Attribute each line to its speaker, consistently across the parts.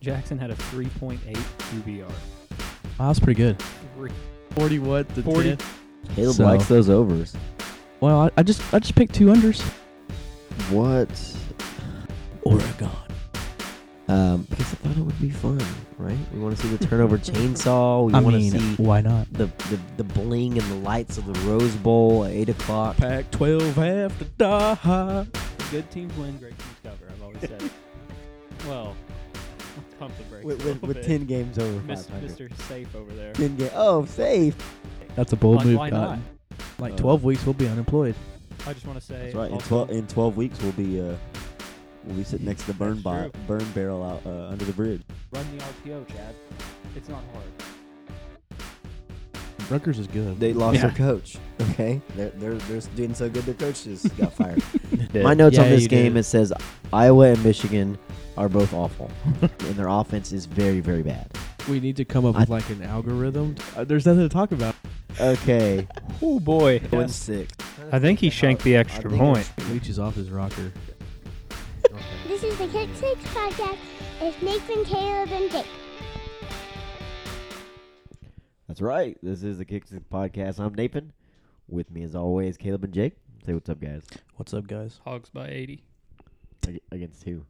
Speaker 1: Jackson had a 3.8 QBR.
Speaker 2: Wow, that's pretty good.
Speaker 1: Three-
Speaker 2: Forty what? The
Speaker 1: 40.
Speaker 3: Caleb
Speaker 2: So-
Speaker 3: likes those overs.
Speaker 2: Well, I, I just I just picked two unders.
Speaker 3: What?
Speaker 2: Oregon.
Speaker 3: Um, because I thought it would be fun, right? We want to see the turnover chainsaw. We
Speaker 2: I
Speaker 3: want
Speaker 2: mean,
Speaker 3: to see
Speaker 2: why not?
Speaker 3: the, the the bling and the lights of the Rose Bowl at eight o'clock.
Speaker 2: Pack 12 after dark.
Speaker 1: Good teams win, great teams cover. I've always said it. Well, I'll pump the brakes.
Speaker 3: With,
Speaker 1: a
Speaker 2: oh,
Speaker 3: with,
Speaker 1: little
Speaker 3: with
Speaker 1: bit.
Speaker 3: ten games over
Speaker 1: Mis-
Speaker 3: five hundred.
Speaker 1: Mr. Safe over there.
Speaker 3: Ten game. Oh, safe.
Speaker 2: That's a bold
Speaker 1: Like,
Speaker 2: move.
Speaker 1: why
Speaker 2: Cotton. Like
Speaker 3: Uh,
Speaker 2: 12 weeks, we'll be unemployed.
Speaker 1: I just want to say.
Speaker 3: That's right. In
Speaker 1: also-
Speaker 3: twelve in twelve weeks, we'll be uh, we'll be sitting next to the burn
Speaker 1: That's true.
Speaker 3: bo- burn barrel out uh, under the bridge.
Speaker 1: Run the RPO, Chad. It's not hard.
Speaker 2: Rutgers is good.
Speaker 3: They lost their
Speaker 2: Yeah.
Speaker 3: coach. Okay, they're they're they're doing so good. Their coaches got fired. My notes on
Speaker 2: Yeah,
Speaker 3: this
Speaker 2: you
Speaker 3: game
Speaker 2: did.
Speaker 3: it says Iowa and Michigan are both awful, and their offense is very very bad.
Speaker 2: We need to come up
Speaker 3: I-
Speaker 2: with like an algorithm. Uh, there's nothing to talk about.
Speaker 3: Okay,
Speaker 1: Oh boy.
Speaker 3: one six.
Speaker 1: I think he shanked the
Speaker 3: I
Speaker 1: extra
Speaker 3: think
Speaker 1: point.
Speaker 2: Leach is off his rocker.
Speaker 4: This is the Kick Six podcast. It's Nathan, Caleb, and Jake.
Speaker 3: That's right. This is the Kicks It podcast. I'm Nathan. With me as always, Caleb and Jake. Say what's up, guys.
Speaker 2: What's up, guys?
Speaker 5: Hogs by 80.
Speaker 3: Ag- Against who?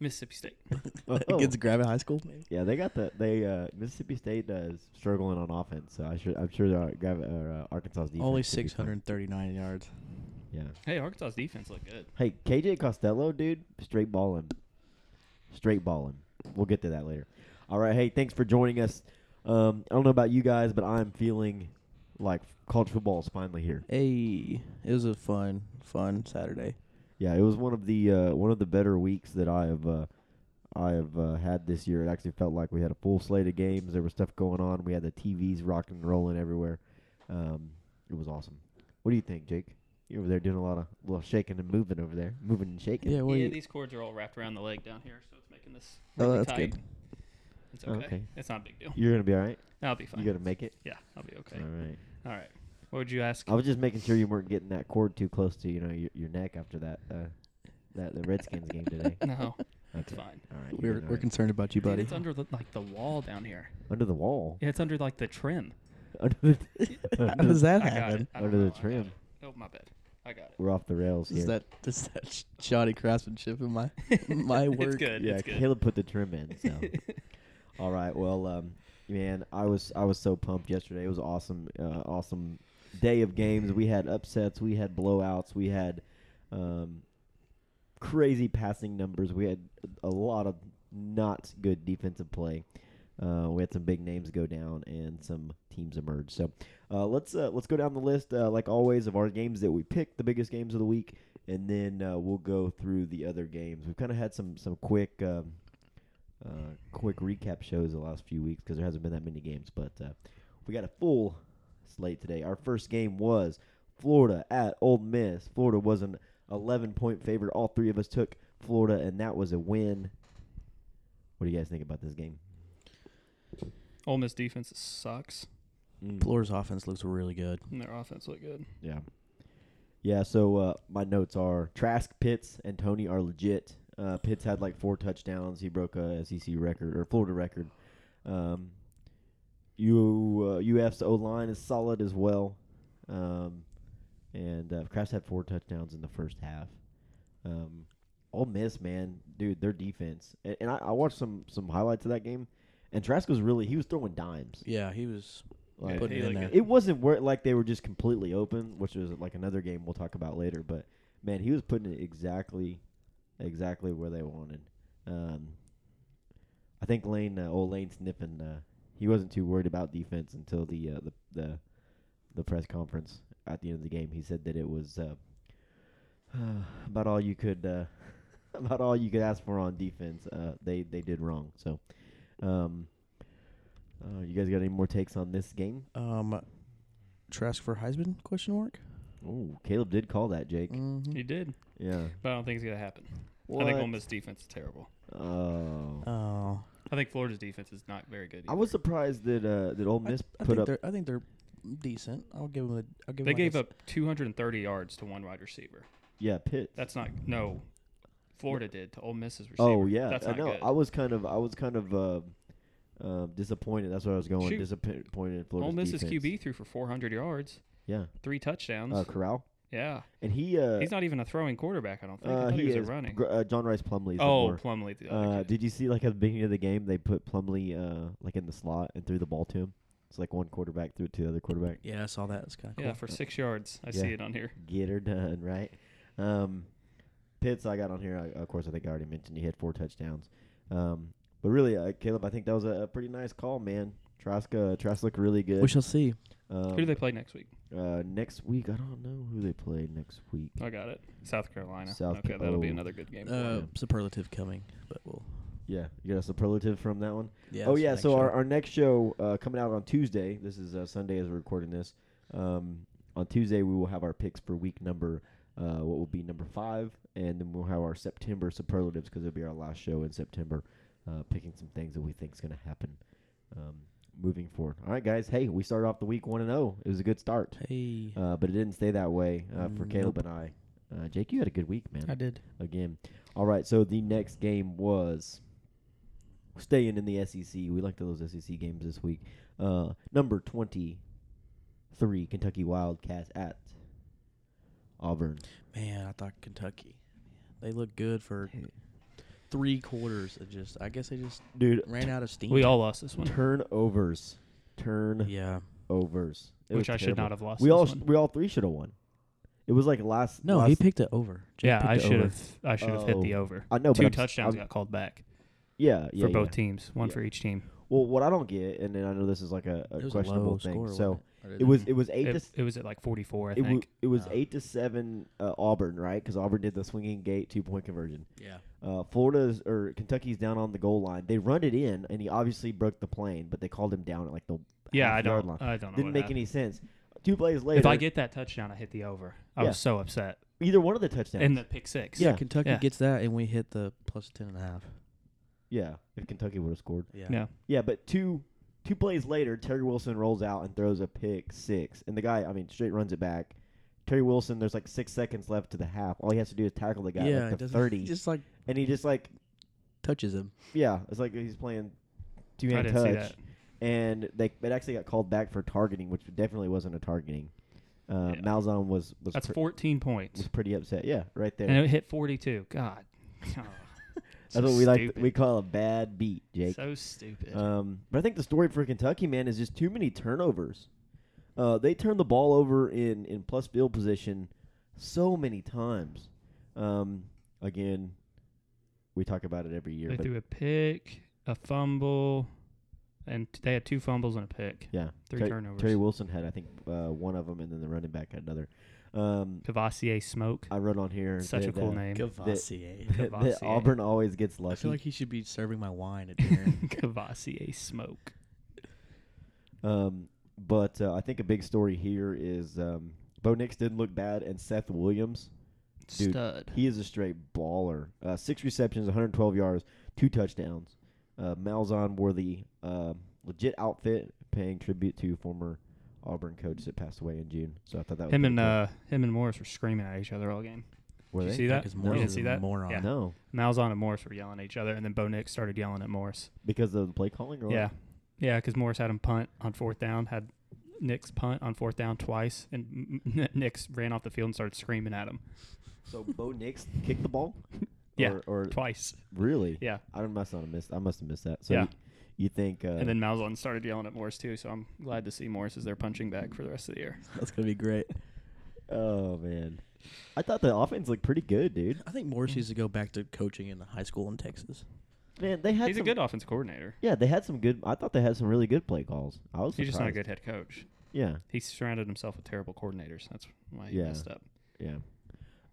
Speaker 5: Mississippi State.
Speaker 3: Oh.
Speaker 2: grabbing high school. Maybe.
Speaker 3: Yeah, they got the they uh, Mississippi State is struggling on offense, so I should I'm sure they're grab uh, Arkansas's defense.
Speaker 6: Only
Speaker 3: should be fine.
Speaker 6: 639 yards.
Speaker 3: Yeah.
Speaker 5: Hey, Arkansas's defense looked good.
Speaker 3: Hey, KJ Costello, dude, straight balling, straight balling. We'll get to that later. All right. Hey, thanks for joining us. Um, I don't know about you guys, but I'm feeling like college football is finally here.
Speaker 6: Hey, it was a fun, fun Saturday.
Speaker 3: Yeah, it was one of the uh, one of the better weeks that I have uh, I have uh, had this year. It actually felt like we had a full slate of games. There was stuff going on. We had the TVs rocking and rolling everywhere. Um, it was awesome. What do you think, Jake? You're over there doing a lot of little shaking and moving over there, moving and shaking.
Speaker 6: Yeah, well,
Speaker 5: yeah,
Speaker 6: you-
Speaker 5: these cords are all wrapped around the leg down here, so it's making this
Speaker 6: Oh,
Speaker 5: really
Speaker 6: that's
Speaker 5: tight.
Speaker 6: good.
Speaker 5: It's
Speaker 3: Oh,
Speaker 5: okay.
Speaker 3: okay.
Speaker 5: It's not a big deal.
Speaker 3: You're gonna be all right.
Speaker 5: I'll be fine.
Speaker 3: You gonna make it.
Speaker 5: yeah, I'll be okay.
Speaker 3: All right.
Speaker 5: All right. What would you ask?
Speaker 3: I was just making sure you weren't getting that cord too close to you know your, your neck after that uh, that the Redskins game today.
Speaker 5: no, it's
Speaker 3: Okay.
Speaker 5: fine.
Speaker 3: All right. you're
Speaker 6: we're,
Speaker 3: doing all
Speaker 6: we're
Speaker 3: right.
Speaker 6: concerned about you,
Speaker 5: Dude,
Speaker 6: buddy.
Speaker 5: it's under the, like the wall down here.
Speaker 3: under the wall.
Speaker 5: Yeah, it's under like the trim.
Speaker 3: Under the,
Speaker 6: How does that
Speaker 5: I got
Speaker 6: happen?
Speaker 5: it. I don't
Speaker 3: Under the
Speaker 5: know, I got
Speaker 3: trim.
Speaker 5: it. Oh my bad. I got it.
Speaker 3: We're off the rails
Speaker 6: Is
Speaker 3: here.
Speaker 6: that is that sh- shoddy craftsmanship in my my work?
Speaker 5: It's good.
Speaker 3: yeah,
Speaker 5: it's good.
Speaker 3: Caleb put the trim in. So, all right. Well, um, man, I was I was so pumped yesterday. It was awesome, uh, awesome day of games. We had upsets, we had blowouts, we had um, crazy passing numbers. We had a lot of not good defensive play. Uh, we had some big names go down and some teams emerge. So uh, let's uh, let's go down the list, uh, like always, of our games that we picked, the biggest games of the week, and then uh, we'll go through the other games. We've kind of had some some quick um, uh, quick recap shows the last few weeks because there hasn't been that many games, but uh, we got a full slate today. Our first game was Florida at Old Miss. Florida was an 11 point favorite. All three of us took Florida, and that was a win. What do you guys think about this game?
Speaker 5: Ole Miss defense sucks,
Speaker 2: Mm.
Speaker 6: Florida's offense looks really good.
Speaker 5: and their offense looked good.
Speaker 3: Yeah. Yeah, so uh, my notes are Trask, Pitts, and Tony are legit. Uh, Pitts had like four touchdowns. He broke a SEC record or Florida record. Um, U, uh, UF's O line is solid as well. Um, and uh, Trask had four touchdowns in the first half. Um, Ole Miss, man, dude, their defense. And, and I, I watched some some highlights of that game, and Trask was really he was throwing dimes.
Speaker 6: Yeah, he was
Speaker 3: Like,
Speaker 6: putting
Speaker 5: he
Speaker 6: it in
Speaker 5: looked
Speaker 6: there.
Speaker 5: good.
Speaker 3: it wasn't where like they were just completely open, which was like another game we'll talk about later. But man, he was putting it exactly, exactly where they wanted. Um, I think Lane, uh, old Lane sniffing, uh, he wasn't too worried about defense until the uh, the the the press conference at the end of the game. He said that it was uh, about all you could uh, about all you could ask for on defense. Uh, they they did wrong. So, um, uh, you guys got any more takes on this game?
Speaker 6: Um, Trask for Heisman? Question mark.
Speaker 3: Oh, Caleb did call that, Jake.
Speaker 2: Mm-hmm.
Speaker 6: Mhm.
Speaker 5: He did,
Speaker 3: Yeah.
Speaker 5: but I don't think it's gonna happen. I think Ole Miss defense is terrible.
Speaker 3: Oh.
Speaker 6: Oh,
Speaker 5: I think Florida's defense is not very good.
Speaker 3: I was surprised that uh, that Ole
Speaker 6: I,
Speaker 3: Miss
Speaker 6: I
Speaker 3: put
Speaker 6: think
Speaker 3: up.
Speaker 6: they're I think they're decent. I'll give them a. I'll give
Speaker 5: They
Speaker 6: them like a
Speaker 5: gave
Speaker 6: s-
Speaker 5: up 230 yards to one wide receiver.
Speaker 3: Yeah, Pitt.
Speaker 5: That's not no. Florida did to Ole Miss's receiver.
Speaker 3: Oh yeah,
Speaker 5: that's
Speaker 3: I
Speaker 5: not
Speaker 3: know.
Speaker 5: good.
Speaker 3: I was kind of I was kind of uh, uh, disappointed. That's where I was going.
Speaker 5: Shoot.
Speaker 3: Disappointed in Florida.
Speaker 5: Ole Miss's QB threw for 400 yards,
Speaker 3: Yeah,
Speaker 5: three touchdowns.
Speaker 3: uh, Corral,
Speaker 5: yeah,
Speaker 3: and he uh,
Speaker 5: he's not even a throwing quarterback. I don't think. I
Speaker 3: uh,
Speaker 5: thought
Speaker 3: he
Speaker 5: he was
Speaker 3: is
Speaker 5: a running.
Speaker 3: Gr- uh, John Rice Plumlee's the
Speaker 5: oh,
Speaker 3: more-
Speaker 5: Plumlee. The other
Speaker 3: Uh,
Speaker 5: kid.
Speaker 3: did you see like at the beginning of the game they put Plumlee uh, like in the slot and threw the ball to him? It's like one quarterback threw it to the other quarterback.
Speaker 2: Yeah, I saw that. It's kind of
Speaker 5: yeah, for six yards. I
Speaker 3: Yeah.
Speaker 5: see it on here.
Speaker 3: Get her done right. Um, Pitts, I got on here. I, of course, I think I already mentioned he had four touchdowns. Um, but really, uh, Caleb, I think that was a, a pretty nice call, man. Trask, uh, Trask looked really good.
Speaker 2: We shall see.
Speaker 3: um,
Speaker 5: Who do they play next week?
Speaker 3: uh, next week, I don't know who they play next week.
Speaker 5: I got it. South Carolina.
Speaker 3: South
Speaker 5: okay, that'll be
Speaker 3: oh.
Speaker 5: another good game.
Speaker 2: Uh,
Speaker 3: Yeah.
Speaker 2: superlative coming, but we'll.
Speaker 3: Yeah, you got a superlative from that one.
Speaker 2: Yeah.
Speaker 3: oh
Speaker 2: it's the
Speaker 3: yeah,
Speaker 2: next
Speaker 3: so
Speaker 2: show.
Speaker 3: our, our next show uh, coming out on Tuesday. This is uh, Sunday as we're recording this. Um, on Tuesday we will have our picks for week number uh, what will be number five, and then we'll have our September superlatives because it'll be our last show in September, uh, picking some things that we think is going to happen um, moving forward. All right, guys. Hey, we started off the week one and zero. It was a good start,
Speaker 2: Hey.
Speaker 5: Oh,
Speaker 3: uh, but it didn't stay that way uh, for
Speaker 2: Mm, Nope.
Speaker 3: Caleb and I. Uh, Jake, you had a good week, man
Speaker 6: did.
Speaker 3: again. All right, so the next game was staying in the SEC. We liked those SEC games this week. Uh, number twenty-three, Kentucky Wildcats at Auburn.
Speaker 2: Man, I thought Kentucky. They look good for three quarters. It just, I guess they just
Speaker 3: Dude,
Speaker 2: ran out of steam.
Speaker 5: we all lost this one,
Speaker 3: turnovers, turnovers.
Speaker 2: Yeah.
Speaker 3: It was
Speaker 5: which I should
Speaker 3: terrible.
Speaker 5: not have lost.
Speaker 3: We
Speaker 5: this
Speaker 3: all,
Speaker 5: one.
Speaker 3: sh- we all three should have won. It was like last.
Speaker 2: No,
Speaker 3: last,
Speaker 2: he picked it over. Jake
Speaker 5: yeah,
Speaker 2: picked
Speaker 5: I
Speaker 2: it
Speaker 5: should
Speaker 2: over.
Speaker 5: have. I should have hit the
Speaker 3: Oh.
Speaker 5: over.
Speaker 3: I know, but
Speaker 5: 2
Speaker 3: I'm s-
Speaker 5: touchdowns
Speaker 3: I'm-
Speaker 5: got called back
Speaker 3: yeah, yeah,
Speaker 5: for both
Speaker 3: yeah.
Speaker 5: teams, one
Speaker 3: Yeah.
Speaker 5: for each team.
Speaker 3: Well, what I don't get, and then I know this is like a,
Speaker 2: It
Speaker 3: a
Speaker 2: was
Speaker 3: questionable
Speaker 2: low
Speaker 3: thing.
Speaker 2: score,
Speaker 3: so
Speaker 2: wasn't
Speaker 3: it was, it was eight to
Speaker 5: It, it was at like 44, I
Speaker 3: it, w-
Speaker 5: think.
Speaker 3: it was
Speaker 2: Oh.
Speaker 3: eight to seven uh, Auburn, right? Because Auburn did the swinging gate two point conversion.
Speaker 2: Yeah.
Speaker 3: Uh, Florida's or Kentucky's down on the goal line. They run it in, and he obviously broke the plane, but they called him down at like the
Speaker 5: yeah, I
Speaker 3: half-yard
Speaker 5: don't.
Speaker 3: line.
Speaker 5: I don't know.
Speaker 3: Didn't
Speaker 5: what
Speaker 3: make
Speaker 5: happened.
Speaker 3: any sense. Two plays later,
Speaker 5: If I get that touchdown, I hit the over. I
Speaker 3: Yeah.
Speaker 5: was so upset.
Speaker 3: either one of the touchdowns,
Speaker 5: And the pick six.
Speaker 2: Yeah,
Speaker 3: Yeah.
Speaker 2: Kentucky
Speaker 5: Yeah.
Speaker 2: gets that, and we hit the plus ten and a half.
Speaker 3: yeah, if Kentucky would have scored,
Speaker 2: Yeah.
Speaker 5: Yeah.
Speaker 3: yeah, but two two plays later, Terry Wilson rolls out and throws a pick six, and the guy, I mean, straight runs it back. Terry Wilson, there's like six seconds left to the half. All he has to do is tackle the guy
Speaker 2: yeah,
Speaker 3: at
Speaker 2: it
Speaker 3: the
Speaker 2: doesn't-
Speaker 3: thirty,
Speaker 2: Just like
Speaker 3: and he just like
Speaker 2: touches him.
Speaker 3: Yeah, it's like he's playing two
Speaker 5: I
Speaker 3: hand
Speaker 5: didn't
Speaker 3: touch,
Speaker 5: see that.
Speaker 3: and they it actually got called back for targeting, which definitely wasn't a targeting. Uh,
Speaker 5: Yeah.
Speaker 3: Malzahn was was,
Speaker 5: That's
Speaker 3: pre-
Speaker 5: 14 points.
Speaker 3: was pretty upset. Yeah, right there.
Speaker 5: And it hit 42. God. Oh,
Speaker 3: That's
Speaker 5: so
Speaker 3: what we like.
Speaker 5: stupid.
Speaker 3: we call a bad beat, Jake.
Speaker 5: So stupid.
Speaker 3: Um, but I think the story for Kentucky, man, is just too many turnovers. Uh, they turned the ball over in, in plus field position so many times. Um, again, we talk about it every year.
Speaker 5: they
Speaker 3: but
Speaker 5: threw a pick, a fumble, and t- they had two fumbles and a pick.
Speaker 3: yeah,
Speaker 5: Three
Speaker 3: Ter-
Speaker 5: turnovers.
Speaker 3: Terry Wilson had, I think, uh, one of them, and then the running back had another. Um,
Speaker 5: Cavassier Smoke.
Speaker 3: I wrote on here.
Speaker 5: Such
Speaker 3: that,
Speaker 5: a cool
Speaker 3: uh,
Speaker 5: name.
Speaker 2: Cavassier.
Speaker 3: that
Speaker 5: Cavassier.
Speaker 3: Auburn always gets
Speaker 2: I
Speaker 3: lucky.
Speaker 2: feel like he should be serving my wine at dinner.
Speaker 5: Cavassier Smoke.
Speaker 3: um, but uh, I think a big story here is um, Bo Nix didn't look bad, and Seth Williams, Dude.
Speaker 5: Stud.
Speaker 3: he is a straight baller. Uh, six receptions, 112 yards, two touchdowns. Uh, Malzahn wore the uh, legit outfit, paying tribute to former Auburn coach that passed away in June. So I thought that was
Speaker 5: Him
Speaker 3: pretty
Speaker 5: and
Speaker 3: cool.
Speaker 5: uh, him and Morris were screaming at each other all game.
Speaker 3: Were
Speaker 5: did you
Speaker 3: they?
Speaker 5: see that?
Speaker 2: Because
Speaker 3: No.
Speaker 2: Morris
Speaker 5: you
Speaker 2: is
Speaker 5: didn't see
Speaker 2: a
Speaker 5: that?
Speaker 2: moron.
Speaker 5: Yeah.
Speaker 3: No,
Speaker 5: Malzahn and Morris were yelling at each other, and then Bo Nix started yelling at Morris.
Speaker 3: because of the play calling. Or what?
Speaker 5: Yeah, yeah, because Morris had him punt on fourth down, had Nick's punt on fourth down twice, and Nick's ran off the field and started screaming at him
Speaker 3: So Bo Nix kicked the ball.
Speaker 5: Yeah,
Speaker 3: Or, or
Speaker 5: twice.
Speaker 3: really?
Speaker 5: Yeah,
Speaker 3: I must not have missed. I must have missed that. So
Speaker 5: Yeah.
Speaker 3: you, you think? Uh,
Speaker 5: and then Malzahn started yelling at Morris too. So I'm glad to see Morris is their punching bag for the rest of the year.
Speaker 2: That's gonna be great.
Speaker 3: oh man, I thought the offense looked pretty good, dude.
Speaker 2: I think Morris needs to go back to coaching in the high school in Texas.
Speaker 3: Man, they had
Speaker 5: He's a
Speaker 3: some,
Speaker 5: good offense coordinator.
Speaker 3: Yeah, they had some good. I thought they had some really good play calls. I was.
Speaker 5: He's just not a
Speaker 3: surprised.
Speaker 5: good head coach.
Speaker 3: Yeah,
Speaker 5: He surrounded himself with terrible coordinators. That's why he
Speaker 3: Yeah.
Speaker 5: messed up.
Speaker 3: yeah.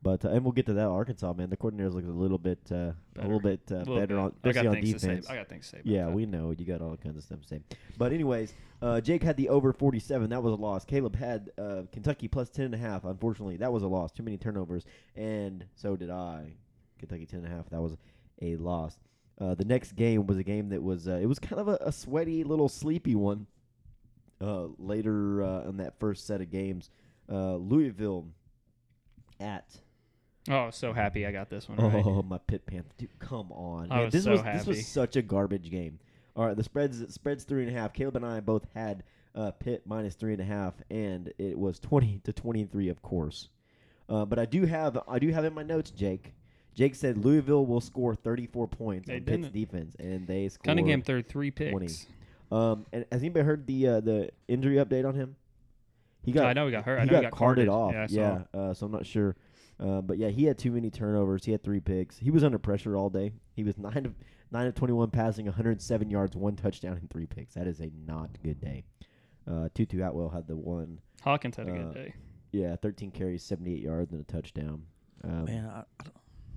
Speaker 3: But uh, and we'll get to that Arkansas man. The coordinators look a little bit, uh, a little bit uh,
Speaker 5: A little
Speaker 3: better
Speaker 5: bit.
Speaker 3: on,
Speaker 5: I got
Speaker 3: especially on
Speaker 5: things
Speaker 3: defense.
Speaker 5: to say. I got things to say. About
Speaker 3: yeah,
Speaker 5: that.
Speaker 3: we know you got all kinds of stuff to say. But anyways, uh, Jake had the over forty-seven. That was a loss. Caleb had uh, Kentucky plus ten and a half. Unfortunately, that was a loss. Too many turnovers, and so did I. Kentucky ten and a half. That was a loss. Uh, the next game was a game that was uh, it was kind of a, a sweaty, little sleepy one. Uh, later uh, in that first set of games, uh, Louisville at
Speaker 5: Oh, so happy I got this one. Right?
Speaker 3: Oh, my pit panther. Dude, come on.
Speaker 5: I
Speaker 3: Man,
Speaker 5: was
Speaker 3: this
Speaker 5: so
Speaker 3: was this
Speaker 5: happy.
Speaker 3: was such a garbage game. All right, the spreads spreads three and a half. Caleb and I both had uh, Pitt minus three and a half, and it was twenty to twenty three, of course. Uh, but I do have I do have in my notes, Jake. Jake said Louisville will score thirty four points
Speaker 5: They
Speaker 3: on Pitt's
Speaker 5: didn't.
Speaker 3: defense, and they scored.
Speaker 5: Cunningham third three picks.
Speaker 3: 20. Um, and has anybody heard the uh, the injury update on him? He
Speaker 5: I know he got hurt. I
Speaker 3: he
Speaker 5: know
Speaker 3: got,
Speaker 5: he got
Speaker 3: carted,
Speaker 5: carted.
Speaker 3: off.
Speaker 5: Yeah, I
Speaker 3: Yeah, uh, so I'm not sure, uh, but yeah, he had too many turnovers. He had three picks. He was under pressure all day. He was nine of nine of 21 passing, 107 yards, one touchdown, and three picks. That is a not good day. Uh, Tutu Atwell had the one.
Speaker 5: Hawkins had a
Speaker 3: Uh,
Speaker 5: good day.
Speaker 3: Yeah, 13 carries, 78 yards, and a touchdown. Um,
Speaker 2: Man, I, I, don't,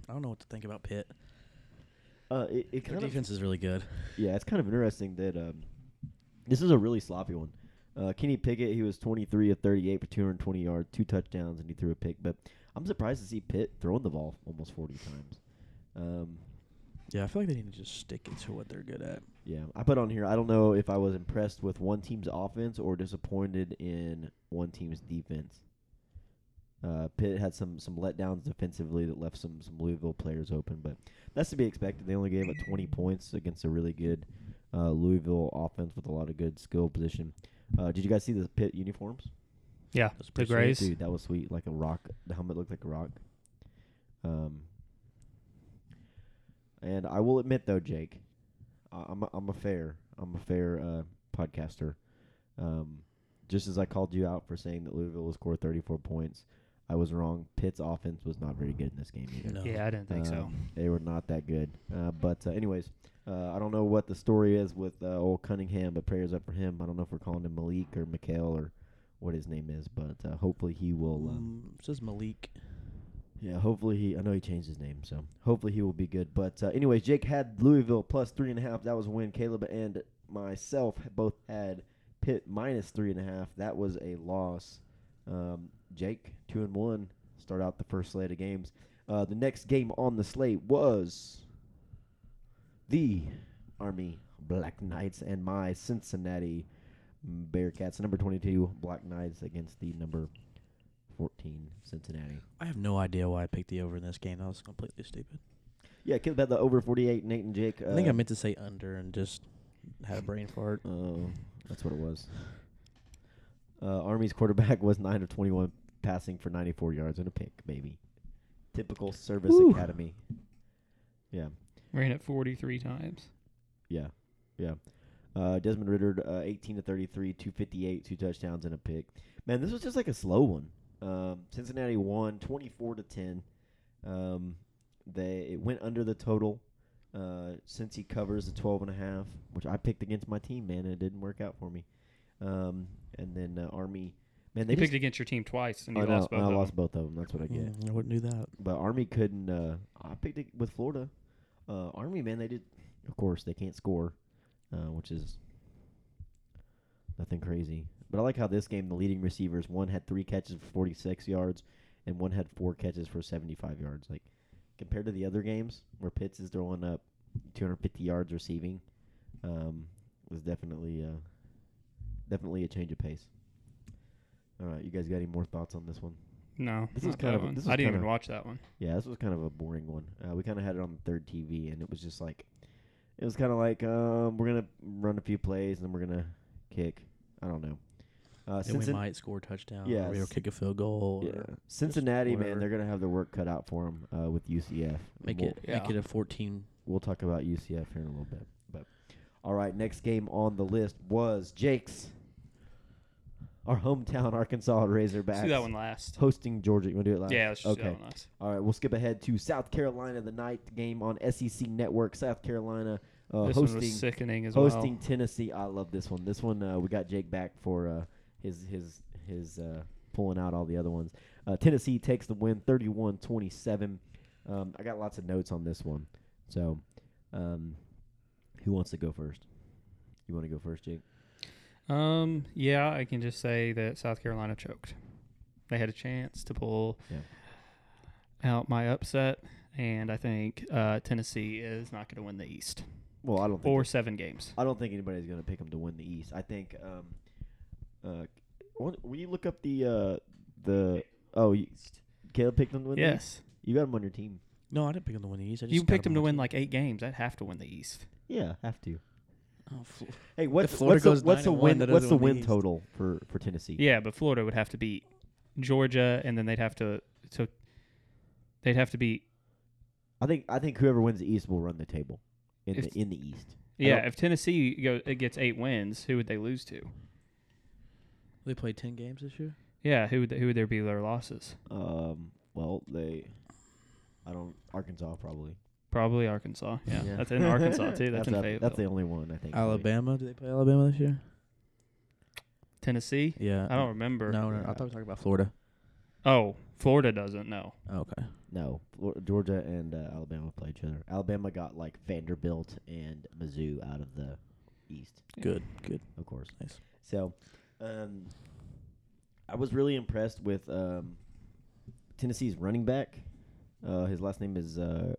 Speaker 2: I don't know what to think about Pitt.
Speaker 3: uh, it, it
Speaker 2: Their
Speaker 3: kind of
Speaker 2: defense is really good.
Speaker 3: Yeah, it's kind of interesting that um, this is a really sloppy one. Uh, Kenny Pickett, he was 23 of 38 for 220 yards, two touchdowns, and he threw a pick. But I'm surprised to see Pitt throwing the ball almost 40 times. Um,
Speaker 2: Yeah, I feel like they need to just stick it to what they're good at.
Speaker 3: yeah, I put on here. I don't know if I was impressed with one team's offense or disappointed in one team's defense. Uh, Pitt had some some letdowns defensively that left some some Louisville players open, but that's to be expected. They only gave up 20 points against a really good uh, Louisville offense with a lot of good skill position. Uh, did you guys see the Pitt uniforms?
Speaker 5: Yeah,
Speaker 2: That's
Speaker 5: the
Speaker 2: pretty sweet,
Speaker 5: Grays.
Speaker 3: Dude, that was sweet. Like a rock. The helmet looked like a rock. Um, and I will admit though, Jake, I- I'm a, I'm a fair I'm a fair uh, podcaster. Um, just as I called you out for saying that Louisville will score 34 points, I was wrong. Pitt's offense was not very good in this game either.
Speaker 2: No.
Speaker 5: Yeah, I didn't think so.
Speaker 3: Um, They were not that good. Uh, but uh, anyways, uh, I don't know what the story is with uh, old Cunningham, but prayers up for him. I don't know if we're calling him Malik or Mikhail or what his name is, but uh, hopefully he will. Um,
Speaker 2: Mm, it says Malik.
Speaker 3: yeah, hopefully he. I know he changed his name, so hopefully he will be good. But uh, anyways, Jake had Louisville plus three and a half. That was a win. Caleb and myself both had Pitt minus three and a half. That was a loss. Um, Jake two and one. Start out the first slate of games. Uh, the next game on the slate was the Army Black Knights and my Cincinnati Bearcats, number twenty-two Black Knights against the number fourteen Cincinnati.
Speaker 2: I have no idea why I picked the over in this game. That was completely stupid.
Speaker 3: Yeah, Caleb had the over 48, Nate and Jake. Uh,
Speaker 2: I think I meant to say under and just had a brain fart.
Speaker 3: Oh, that's what it was. Uh, Army's quarterback was 9 of 21, passing for 94 yards and a pick, baby. Typical service academy. Yeah,
Speaker 5: Ran it 43 times.
Speaker 3: yeah, yeah. Uh, Desmond Ritter, uh, 18 to 33, 258, two touchdowns and a pick. Man, this was just like a slow one. Um, Cincinnati won 24 to 10. Um, they it went under the total. Uh, since he covers the 12 and a half, which I picked against my team, man, and it didn't work out for me. Um, and then uh, Army, man, they
Speaker 5: you picked
Speaker 3: just,
Speaker 5: against your team twice and
Speaker 3: I
Speaker 5: you
Speaker 3: know,
Speaker 5: lost both.
Speaker 3: I
Speaker 5: of them.
Speaker 3: lost both of them. That's what I get.
Speaker 2: Mm, I wouldn't do that.
Speaker 3: But Army couldn't. Uh, I picked it with Florida. Uh, Army, man, they did. Of course, they can't score, uh, which is nothing crazy. But I like how this game, the leading receivers, one had three catches for 46 yards, and one had four catches for 75 yards. Like compared to the other games where Pitts is throwing up 250 yards receiving, um, was definitely uh, definitely a change of pace. All right, you guys got any more thoughts on this one?
Speaker 5: No,
Speaker 3: This
Speaker 5: not
Speaker 3: was kind
Speaker 5: that
Speaker 3: of a-
Speaker 5: one.
Speaker 3: this was
Speaker 5: I didn't
Speaker 3: kind
Speaker 5: even
Speaker 3: of-
Speaker 5: watch that one.
Speaker 3: Yeah, this was kind of a boring one. Uh, we kind of had it on the third TV, and it was just like, it was kind of like, um, we're gonna run a few plays, and then we're gonna kick. I don't know. Uh,
Speaker 2: and we
Speaker 3: Cincin-
Speaker 2: might score a touchdown.
Speaker 3: Yeah,
Speaker 2: or we'll
Speaker 3: s-
Speaker 2: kick a field goal.
Speaker 3: yeah.
Speaker 2: Or
Speaker 3: Cincinnati, man,
Speaker 2: whatever.
Speaker 3: they're gonna have their work cut out for them uh, with UCF.
Speaker 2: make
Speaker 3: We'll-
Speaker 2: it
Speaker 5: Yeah.
Speaker 2: make it a fourteen.
Speaker 3: We'll talk about UCF here in a little bit. But all right, next game on the list was Jake's, our hometown Arkansas Razorbacks.
Speaker 5: Let's do that one last.
Speaker 3: Hosting Georgia. You want to do it last?
Speaker 5: Yeah, let's just
Speaker 3: okay.
Speaker 5: do that one last.
Speaker 3: All right, we'll skip ahead to South Carolina, the night game on SEC Network. South Carolina uh,
Speaker 5: this one was
Speaker 3: hosting
Speaker 5: sickening as
Speaker 3: hosting
Speaker 5: well.
Speaker 3: Tennessee. I love this one. This one uh, we got Jake back for uh, his his his uh, pulling out all the other ones. Uh, Tennessee takes the win, 31-27. Um, I got lots of notes on this one, so um, who wants to go first? You want to go first, Jake?
Speaker 5: Um, yeah, I can just say that South Carolina choked. They had a chance to pull
Speaker 3: Yeah.
Speaker 5: out my upset, and I think uh, Tennessee is not going to win the East
Speaker 3: Well, I don't think
Speaker 5: or seven games.
Speaker 3: I don't think anybody's going to pick them to win the East. I think. Um, uh, when, when you look up the uh, the oh, you, Caleb picked them to win. the East?
Speaker 5: Yes,
Speaker 3: You got him on your team.
Speaker 2: No, I didn't pick him to win the East. I just
Speaker 5: You
Speaker 2: got
Speaker 5: picked him to
Speaker 2: on my
Speaker 5: win
Speaker 2: team.
Speaker 5: like eight games. I'd have to win the East.
Speaker 3: Yeah, have to.
Speaker 2: Oh, Flo-
Speaker 3: Hey, what's
Speaker 2: Florida
Speaker 3: what's the,
Speaker 2: goes
Speaker 3: what's the
Speaker 2: 9-1,
Speaker 3: win?
Speaker 2: that
Speaker 3: What's
Speaker 2: doesn't
Speaker 3: the
Speaker 2: win the
Speaker 3: win
Speaker 2: East.
Speaker 3: total for for Tennessee?
Speaker 5: Yeah, but Florida would have to beat Georgia, and then they'd have to so they'd have to beat.
Speaker 3: I think I think whoever wins the East will run the table in
Speaker 5: If-
Speaker 3: the in the East. I
Speaker 5: Yeah,
Speaker 3: don't-
Speaker 5: if Tennessee go, it gets eight wins, who would they lose to?
Speaker 2: they played ten games this year.
Speaker 5: Yeah, who would who would there be their losses?
Speaker 3: Um, well, they, I don't Arkansas probably.
Speaker 5: Probably Arkansas. Yeah,
Speaker 2: Yeah.
Speaker 5: that's in Arkansas too. That's, in
Speaker 3: up-
Speaker 5: Fayetteville.
Speaker 3: That's the only one I think.
Speaker 2: Alabama? Did they play Alabama this year?
Speaker 5: Tennessee.
Speaker 3: Uh,
Speaker 2: Yeah.
Speaker 5: I don't remember.
Speaker 2: No, no. I thought we were talking about Florida.
Speaker 5: Oh, Florida doesn't. No.
Speaker 2: Oh, okay.
Speaker 3: No, Flor- Georgia and uh, Alabama play each other. Alabama got like Vanderbilt and Mizzou out of the East,
Speaker 2: Good. Good.
Speaker 3: of course.
Speaker 2: Nice.
Speaker 3: So, um, I was really impressed with um, Tennessee's running back. Uh, his last name is uh,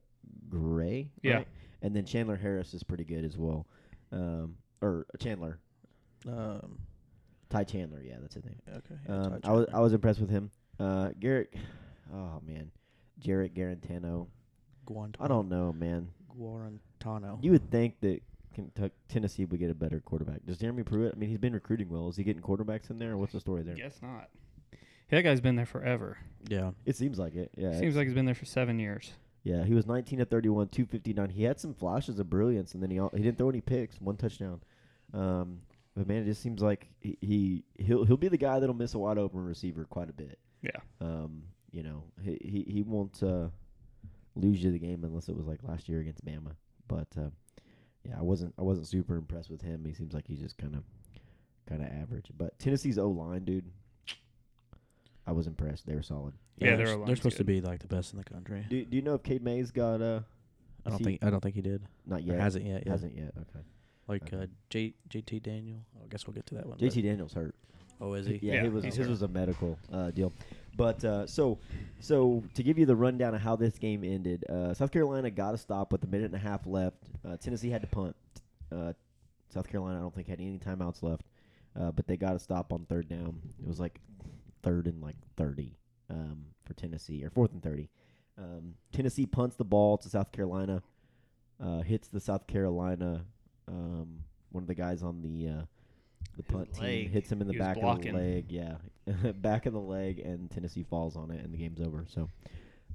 Speaker 3: Gray.
Speaker 5: Yeah.
Speaker 3: right? And then Chandler Harris is pretty good as well. Um, or Chandler,
Speaker 2: Um.
Speaker 3: Ty Chandler. Yeah, that's his name.
Speaker 2: Okay.
Speaker 3: Um, I was I was impressed with him. Uh, Garrett, oh man, Jarrett Garantano. I don't know, man.
Speaker 2: Guarantano.
Speaker 3: You would think that Kentucky, Tennessee would get a better quarterback. Does Jeremy Pruitt? I mean, he's been recruiting well. Is he getting quarterbacks in there? Or what's the story there?
Speaker 5: Guess not. That guy's been there forever.
Speaker 2: yeah.
Speaker 3: It seems like it. Yeah.
Speaker 5: Seems like he's been there for seven years.
Speaker 3: yeah. He was 19 to 31, 259. He had some flashes of brilliance, and then he al- he didn't throw any picks, one touchdown. Um, but man, it just seems like he, he he'll he'll be the guy that'll miss a wide open receiver quite a bit.
Speaker 5: Yeah.
Speaker 3: um, you know, he he, he won't uh, lose you the game unless it was like last year against Bama. But uh, yeah, I wasn't I wasn't super impressed with him. He seems like he's just kind of kind of average. But Tennessee's O line, dude, I was impressed. They were solid.
Speaker 5: Yeah, their
Speaker 2: they're,
Speaker 5: line's
Speaker 2: they're supposed to be
Speaker 5: good.
Speaker 2: like the best in the country.
Speaker 3: Do Do you know if Cade Mays got uh
Speaker 2: I
Speaker 3: is
Speaker 2: don't
Speaker 3: he-
Speaker 2: think. I don't think he did.
Speaker 3: not
Speaker 2: Or
Speaker 3: yet
Speaker 2: hasn't yet. Yeah.
Speaker 3: hasn't yet okay.
Speaker 2: Like
Speaker 3: Okay.
Speaker 2: uh, J JT Daniel. Oh, I guess we'll get to that one.
Speaker 3: JT Daniels hurt.
Speaker 2: but- Oh, is he?
Speaker 3: Yeah,
Speaker 5: Yeah,
Speaker 3: it was
Speaker 5: he's
Speaker 3: his
Speaker 5: hurt.
Speaker 3: was a medical uh, deal. But uh, so so to give you the rundown of how this game ended, uh, South Carolina got a stop with a minute and a half left. Uh, Tennessee had to punt. Uh, South Carolina, I don't think had any timeouts left, uh, but they got a stop on third down. It was like third and like thirty um, for Tennessee, or fourth and thirty. Um, Tennessee punts the ball to South Carolina, uh, hits the South Carolina um, one of the guys on the uh, the punt team
Speaker 5: leg.
Speaker 3: hits him in the
Speaker 5: He was
Speaker 3: back of the
Speaker 5: blocking.
Speaker 3: leg. Yeah, back of the leg, and Tennessee falls on it, and the game's over. So,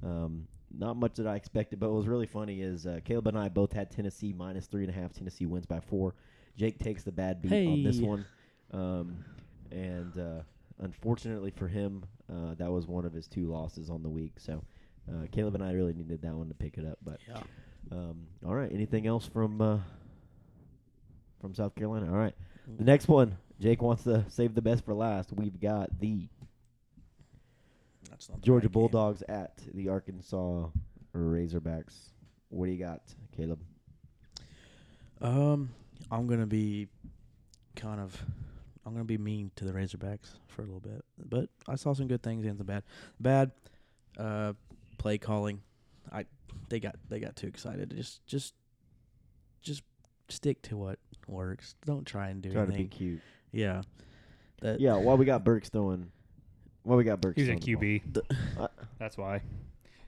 Speaker 3: um, not much that I expected, but what was really funny is uh, Caleb and I both had Tennessee minus three and a half. Tennessee wins by four. Jake takes the bad beat on this
Speaker 2: Hey.
Speaker 3: one, um, and uh, unfortunately for him, uh, that was one of his two losses on the week. So. Uh, Caleb and I really needed that one to pick it up, but
Speaker 2: Yeah.
Speaker 3: um, all right. Anything else from uh, from South Carolina? All right. The next one, Jake wants to save the best for last. We've got the
Speaker 2: That's not the
Speaker 3: Georgia
Speaker 2: right game.
Speaker 3: Bulldogs at the Arkansas Razorbacks. What do you got, Caleb?
Speaker 2: Um, I'm gonna be kind of, I'm gonna be mean to the Razorbacks for a little bit, but I saw some good things and some bad. Bad, uh, play calling. I they got they got too excited. Just just just stick to what works. Don't try and do
Speaker 3: Try to be
Speaker 2: anything.
Speaker 3: cute.
Speaker 5: Uh,
Speaker 2: yeah. That
Speaker 3: Yeah. While we got Burks throwing, while we got Burks.
Speaker 5: He was a
Speaker 3: throwing the ball.
Speaker 5: QB.
Speaker 3: I-
Speaker 5: That's why.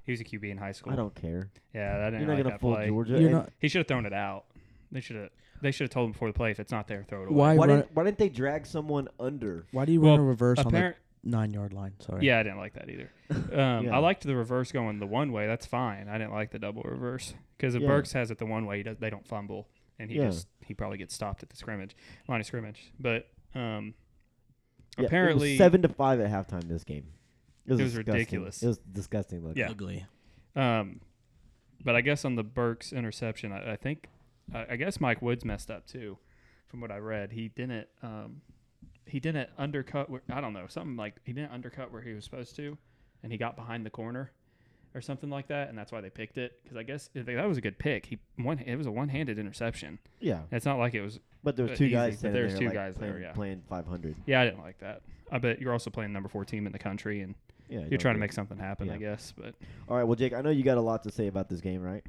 Speaker 5: He was a QB in high school.
Speaker 3: I don't care.
Speaker 5: Yeah, that didn't
Speaker 3: You're not
Speaker 5: like
Speaker 3: gonna
Speaker 5: that
Speaker 3: fool
Speaker 5: play.
Speaker 3: Georgia.
Speaker 2: you're
Speaker 3: And
Speaker 2: not.
Speaker 5: He should have thrown it out. They should have. They should have told him before the play if it's not there, throw it away.
Speaker 2: Why
Speaker 3: why
Speaker 2: run,
Speaker 3: didn't Why didn't they drag someone under?
Speaker 2: Why do you
Speaker 5: Well,
Speaker 2: run a reverse on the
Speaker 5: Apparent,
Speaker 2: nine yard line? Sorry.
Speaker 5: yeah, I didn't like that either. Um,
Speaker 3: Yeah.
Speaker 5: I liked the reverse going the one way. That's fine. I didn't like the double reverse because if
Speaker 3: Yeah.
Speaker 5: Burks has it the one way, he does, they don't fumble, and he
Speaker 3: Yeah.
Speaker 5: just he probably gets stopped at the scrimmage line of scrimmage. But
Speaker 3: Yeah,
Speaker 5: um,
Speaker 3: it was
Speaker 5: apparently,
Speaker 3: seven to five at halftime. This game. It was,
Speaker 5: It was
Speaker 3: disgusting.
Speaker 5: ridiculous.
Speaker 3: It was disgusting looking.
Speaker 5: Yeah.
Speaker 2: Ugly.
Speaker 5: Um, but I guess on the Burks interception, I, I think, I, I guess Mike Woods messed up too, from what I read. He didn't, um, he didn't undercut. Where, I don't know something like he didn't undercut where he was supposed to, and he got behind the corner, or something like that, and that's why they picked it. Because I guess if they- that was a good pick. He one, it was a one-handed interception.
Speaker 3: Yeah.
Speaker 5: It's not like it was.
Speaker 3: But there was
Speaker 5: But
Speaker 3: two
Speaker 5: easy,
Speaker 3: guys
Speaker 5: but
Speaker 3: standing
Speaker 5: there's
Speaker 3: there,
Speaker 5: two
Speaker 3: like,
Speaker 5: guys there,
Speaker 3: playing,
Speaker 5: yeah.
Speaker 3: playing 500.
Speaker 5: Yeah, I didn't like that. I bet you're also playing number four team in the country, and
Speaker 3: Yeah,
Speaker 5: you're trying to make something happen.
Speaker 3: Yeah.
Speaker 5: I guess, but
Speaker 3: All right, well, Jake, I know you got a lot to say about this game, right?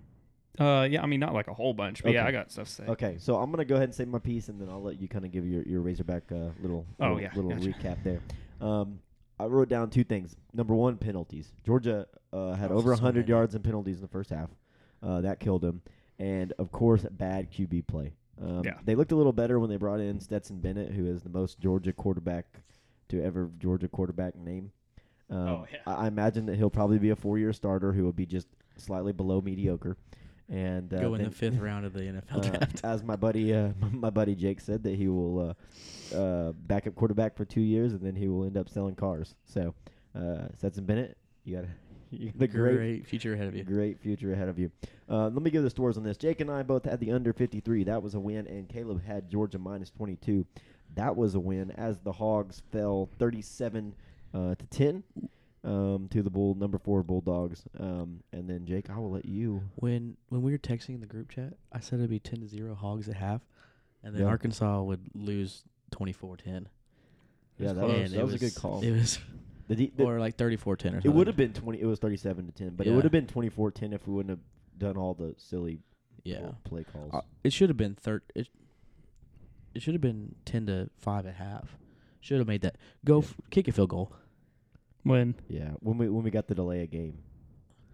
Speaker 5: uh, yeah, I mean, not like a whole bunch, but yeah,
Speaker 3: Okay.
Speaker 5: I got stuff to say.
Speaker 3: Okay, so I'm gonna go ahead and say my piece, and then I'll let you kind of give your your Razorback uh, little
Speaker 5: Oh,
Speaker 3: little,
Speaker 5: yeah,
Speaker 3: little
Speaker 5: gotcha.
Speaker 3: recap there. Um, I wrote down two things. Number one, penalties. Georgia uh, had
Speaker 2: Oh,
Speaker 3: over
Speaker 2: so
Speaker 3: 100
Speaker 2: many.
Speaker 3: yards in penalties in the first half. Uh, that killed them. And, of course, bad QB play. Um,
Speaker 5: Yeah.
Speaker 3: They looked a little better when they brought in Stetson Bennett, who is the most Georgia quarterback to ever Georgia quarterback name. Um,
Speaker 5: Oh, yeah.
Speaker 3: I, I imagine that he'll probably be a four year starter who will be just slightly below mediocre. And uh,
Speaker 2: Go in the
Speaker 3: then-
Speaker 2: fifth round of the NFL
Speaker 3: uh,
Speaker 2: draft.
Speaker 3: as my buddy, uh, my buddy Jake said that he will uh, uh, backup quarterback for two years, and then he will end up selling cars. So, uh, Stetson Bennett, you got you got a great,
Speaker 2: future ahead of you.
Speaker 3: great future ahead of you. Uh, let me give the scores on this. Jake and I both had the under fifty three. That was a win, and Caleb had Georgia minus twenty two. That was a win as the Hogs fell thirty seven uh, to ten. Um, to the bull number four bulldogs, um, and then Jake, I will let you.
Speaker 2: When when we were texting in the group chat, I said it'd be ten to zero hogs at half, and then
Speaker 3: Yeah.
Speaker 2: Arkansas would lose 24-10.
Speaker 3: Yeah, that
Speaker 5: close.
Speaker 2: And
Speaker 3: was,
Speaker 2: it
Speaker 3: that was, a good call.
Speaker 2: It was
Speaker 3: The D- the-
Speaker 2: or like 34-10 or something.
Speaker 3: It would have been twenty. It was thirty-seven to ten, but it
Speaker 2: Yeah.
Speaker 3: would have been 24-10 if we wouldn't have done all the silly
Speaker 2: yeah.
Speaker 3: pl- play calls.
Speaker 2: Uh, it should have been thir- it, it should have been 10 to 5 at half. Should have made that. Go
Speaker 3: Yeah.
Speaker 2: f- kick a field goal.
Speaker 5: When?
Speaker 3: yeah, when we when we got the delay of game.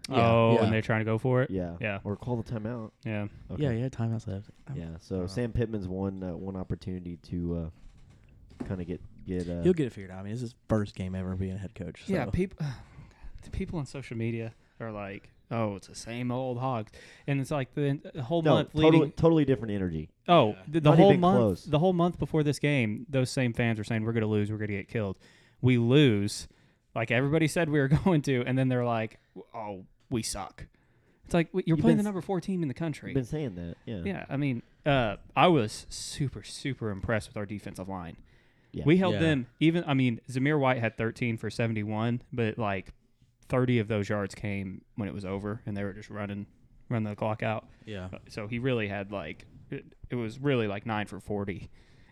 Speaker 2: Yeah,
Speaker 5: oh,
Speaker 2: yeah.
Speaker 5: and they're trying to go for it.
Speaker 3: Yeah,
Speaker 5: Yeah.
Speaker 3: Or call the timeout.
Speaker 5: Yeah.
Speaker 2: Yeah, yeah, timeouts left. Um,
Speaker 3: yeah. So
Speaker 5: Uh-huh.
Speaker 2: Uh,
Speaker 3: Sam Pittman's one uh, one opportunity to uh, kind of get get. Uh,
Speaker 2: He'll get it figured out. I mean, this is his first game ever being a head coach. So.
Speaker 5: Yeah, people the people on social media are like, "Oh, it's the same old hogs," and it's like the, the whole
Speaker 3: no,
Speaker 5: month
Speaker 3: totally
Speaker 5: leading.
Speaker 3: totally different energy.
Speaker 5: Oh, the, the
Speaker 3: Not
Speaker 5: whole
Speaker 3: even
Speaker 5: month,
Speaker 3: close.
Speaker 5: the whole month before this game, those same fans were saying, "We're gonna lose. We're gonna get killed." We lose, like everybody said we were going to, and then they're like, "Oh, we suck." It's like you're
Speaker 3: You've been
Speaker 5: playing the
Speaker 3: s-
Speaker 5: number four team in the country.
Speaker 3: You've been saying that. Yeah.
Speaker 5: Yeah, I mean, uh, I was super, super impressed with our defensive line.
Speaker 3: Yeah.
Speaker 5: We held
Speaker 2: Yeah.
Speaker 5: them even. I mean, Zamir White had 13 for 71, but like 30 of those yards came when it was over, and they were just running, running the clock out.
Speaker 2: Yeah.
Speaker 5: So he really had like it, it was really like nine for 40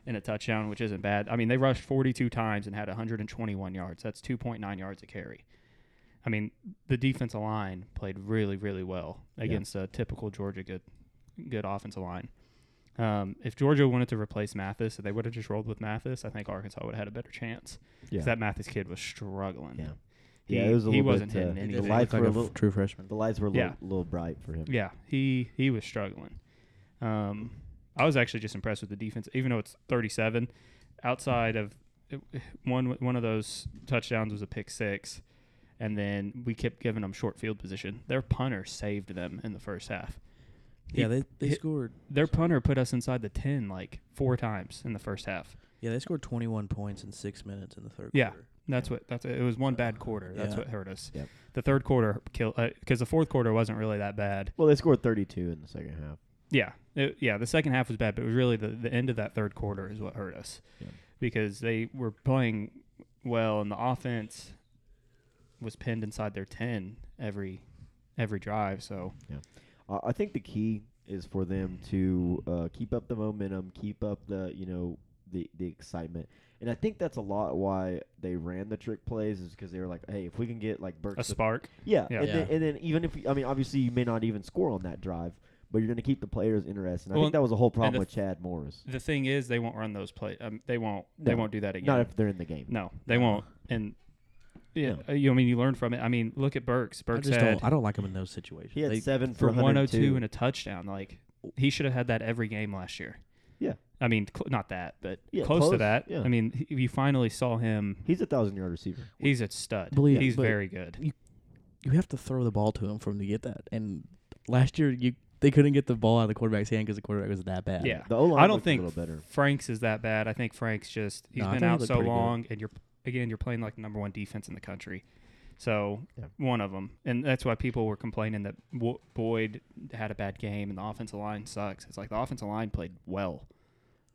Speaker 5: and a touchdown, which isn't bad. I mean, they rushed 42 times and had 121 yards. That's 2.9 yards a carry. I mean, the defensive line played really, really well against a typical Georgia good, good offensive line. Um, if Georgia wanted to replace Mathis, if they would have just rolled with Mathis, I think Arkansas would have had a better chance. 'Cause
Speaker 3: Yeah.
Speaker 5: that Mathis kid was struggling.
Speaker 3: Yeah.
Speaker 5: He,
Speaker 3: Yeah, it was a
Speaker 5: he
Speaker 3: little
Speaker 5: wasn't
Speaker 3: bit, uh,
Speaker 5: hitting
Speaker 3: it
Speaker 5: anything.
Speaker 3: The lights
Speaker 2: like
Speaker 3: were
Speaker 2: a
Speaker 3: a little-
Speaker 2: f- true freshman.
Speaker 3: The lights were a little,
Speaker 5: Yeah.
Speaker 3: little bright for him.
Speaker 5: Yeah, he he was struggling. Um, I was actually just impressed with the defense, even though it's 37. Outside of one one of those touchdowns was a pick six, and then we kept giving them short field position. Their punter saved them in the first half. He-
Speaker 2: Yeah, they, they
Speaker 5: hit-
Speaker 2: scored
Speaker 5: Their punter put us inside the 10 like four times in the first half.
Speaker 2: Yeah, they scored 21 points in 6 minutes in the third
Speaker 5: Yeah.
Speaker 2: quarter.
Speaker 5: That's what that's it was one bad quarter. That's
Speaker 2: Yeah.
Speaker 5: what hurt us.
Speaker 3: Yep.
Speaker 5: The third quarter killed because the fourth quarter wasn't really that bad.
Speaker 3: Well, they scored thirty-two in the second half.
Speaker 5: Yeah, It- yeah. The second half was bad, but it was really the, the end of that third quarter is what hurt us,
Speaker 3: Yeah.
Speaker 5: because they were playing well and the offense was pinned inside their ten every every drive. So
Speaker 3: I I think the key is for them to uh, keep up the momentum, keep up the you know the the excitement, and I think that's a lot why they ran the trick plays is because they were like, hey, if we can get like Burks,
Speaker 5: a spark.
Speaker 3: yeah,
Speaker 5: Yeah.
Speaker 3: And, Then,
Speaker 2: Yeah.
Speaker 3: and then even if you, I mean, obviously you may not even score on that drive, but you're going to keep the players interested. And I
Speaker 5: Well,
Speaker 3: think that was a whole problem
Speaker 5: the
Speaker 3: with Chad Morris,
Speaker 5: The thing is, they won't run those plays. Um, they won't. They
Speaker 3: No.
Speaker 5: won't do that again.
Speaker 3: not if they're in the game.
Speaker 5: no, they won't. And yeah,
Speaker 3: No.
Speaker 5: uh, you. I mean, you learn from it. I mean, look at Burks.
Speaker 2: I
Speaker 5: Burks
Speaker 2: just
Speaker 5: had
Speaker 2: don't I don't like him in those situations.
Speaker 3: He had
Speaker 2: They-
Speaker 3: seven
Speaker 5: for
Speaker 3: for,
Speaker 5: 102 and a touchdown. Like he should have had that every game last year.
Speaker 3: Yeah.
Speaker 5: I mean, cl- not that, but
Speaker 3: Yeah,
Speaker 5: close, to
Speaker 3: close,
Speaker 5: that.
Speaker 3: yeah.
Speaker 5: I mean, he, you finally saw him.
Speaker 3: He's a thousand yard receiver.
Speaker 5: He's a stud.
Speaker 2: Believe it,
Speaker 5: He's
Speaker 2: but-
Speaker 5: very good.
Speaker 2: you have to throw the ball to him for him to get that. And last year you they couldn't get the ball out of the quarterback's hand because the quarterback was that bad.
Speaker 5: Yeah.
Speaker 3: The O line
Speaker 5: I don't
Speaker 3: looked
Speaker 5: think
Speaker 3: a little better.
Speaker 5: Franks is that bad. I think Franks just he's
Speaker 2: No, I
Speaker 5: been
Speaker 2: thought he
Speaker 5: out
Speaker 2: looked
Speaker 5: so
Speaker 2: pretty good.
Speaker 5: long, and you're again you're playing like the number one defense in the country. So
Speaker 3: Yeah.
Speaker 5: one of them, and that's why people were complaining that Wo- Boyd had a bad game and the offensive line sucks. It's like the offensive line played well,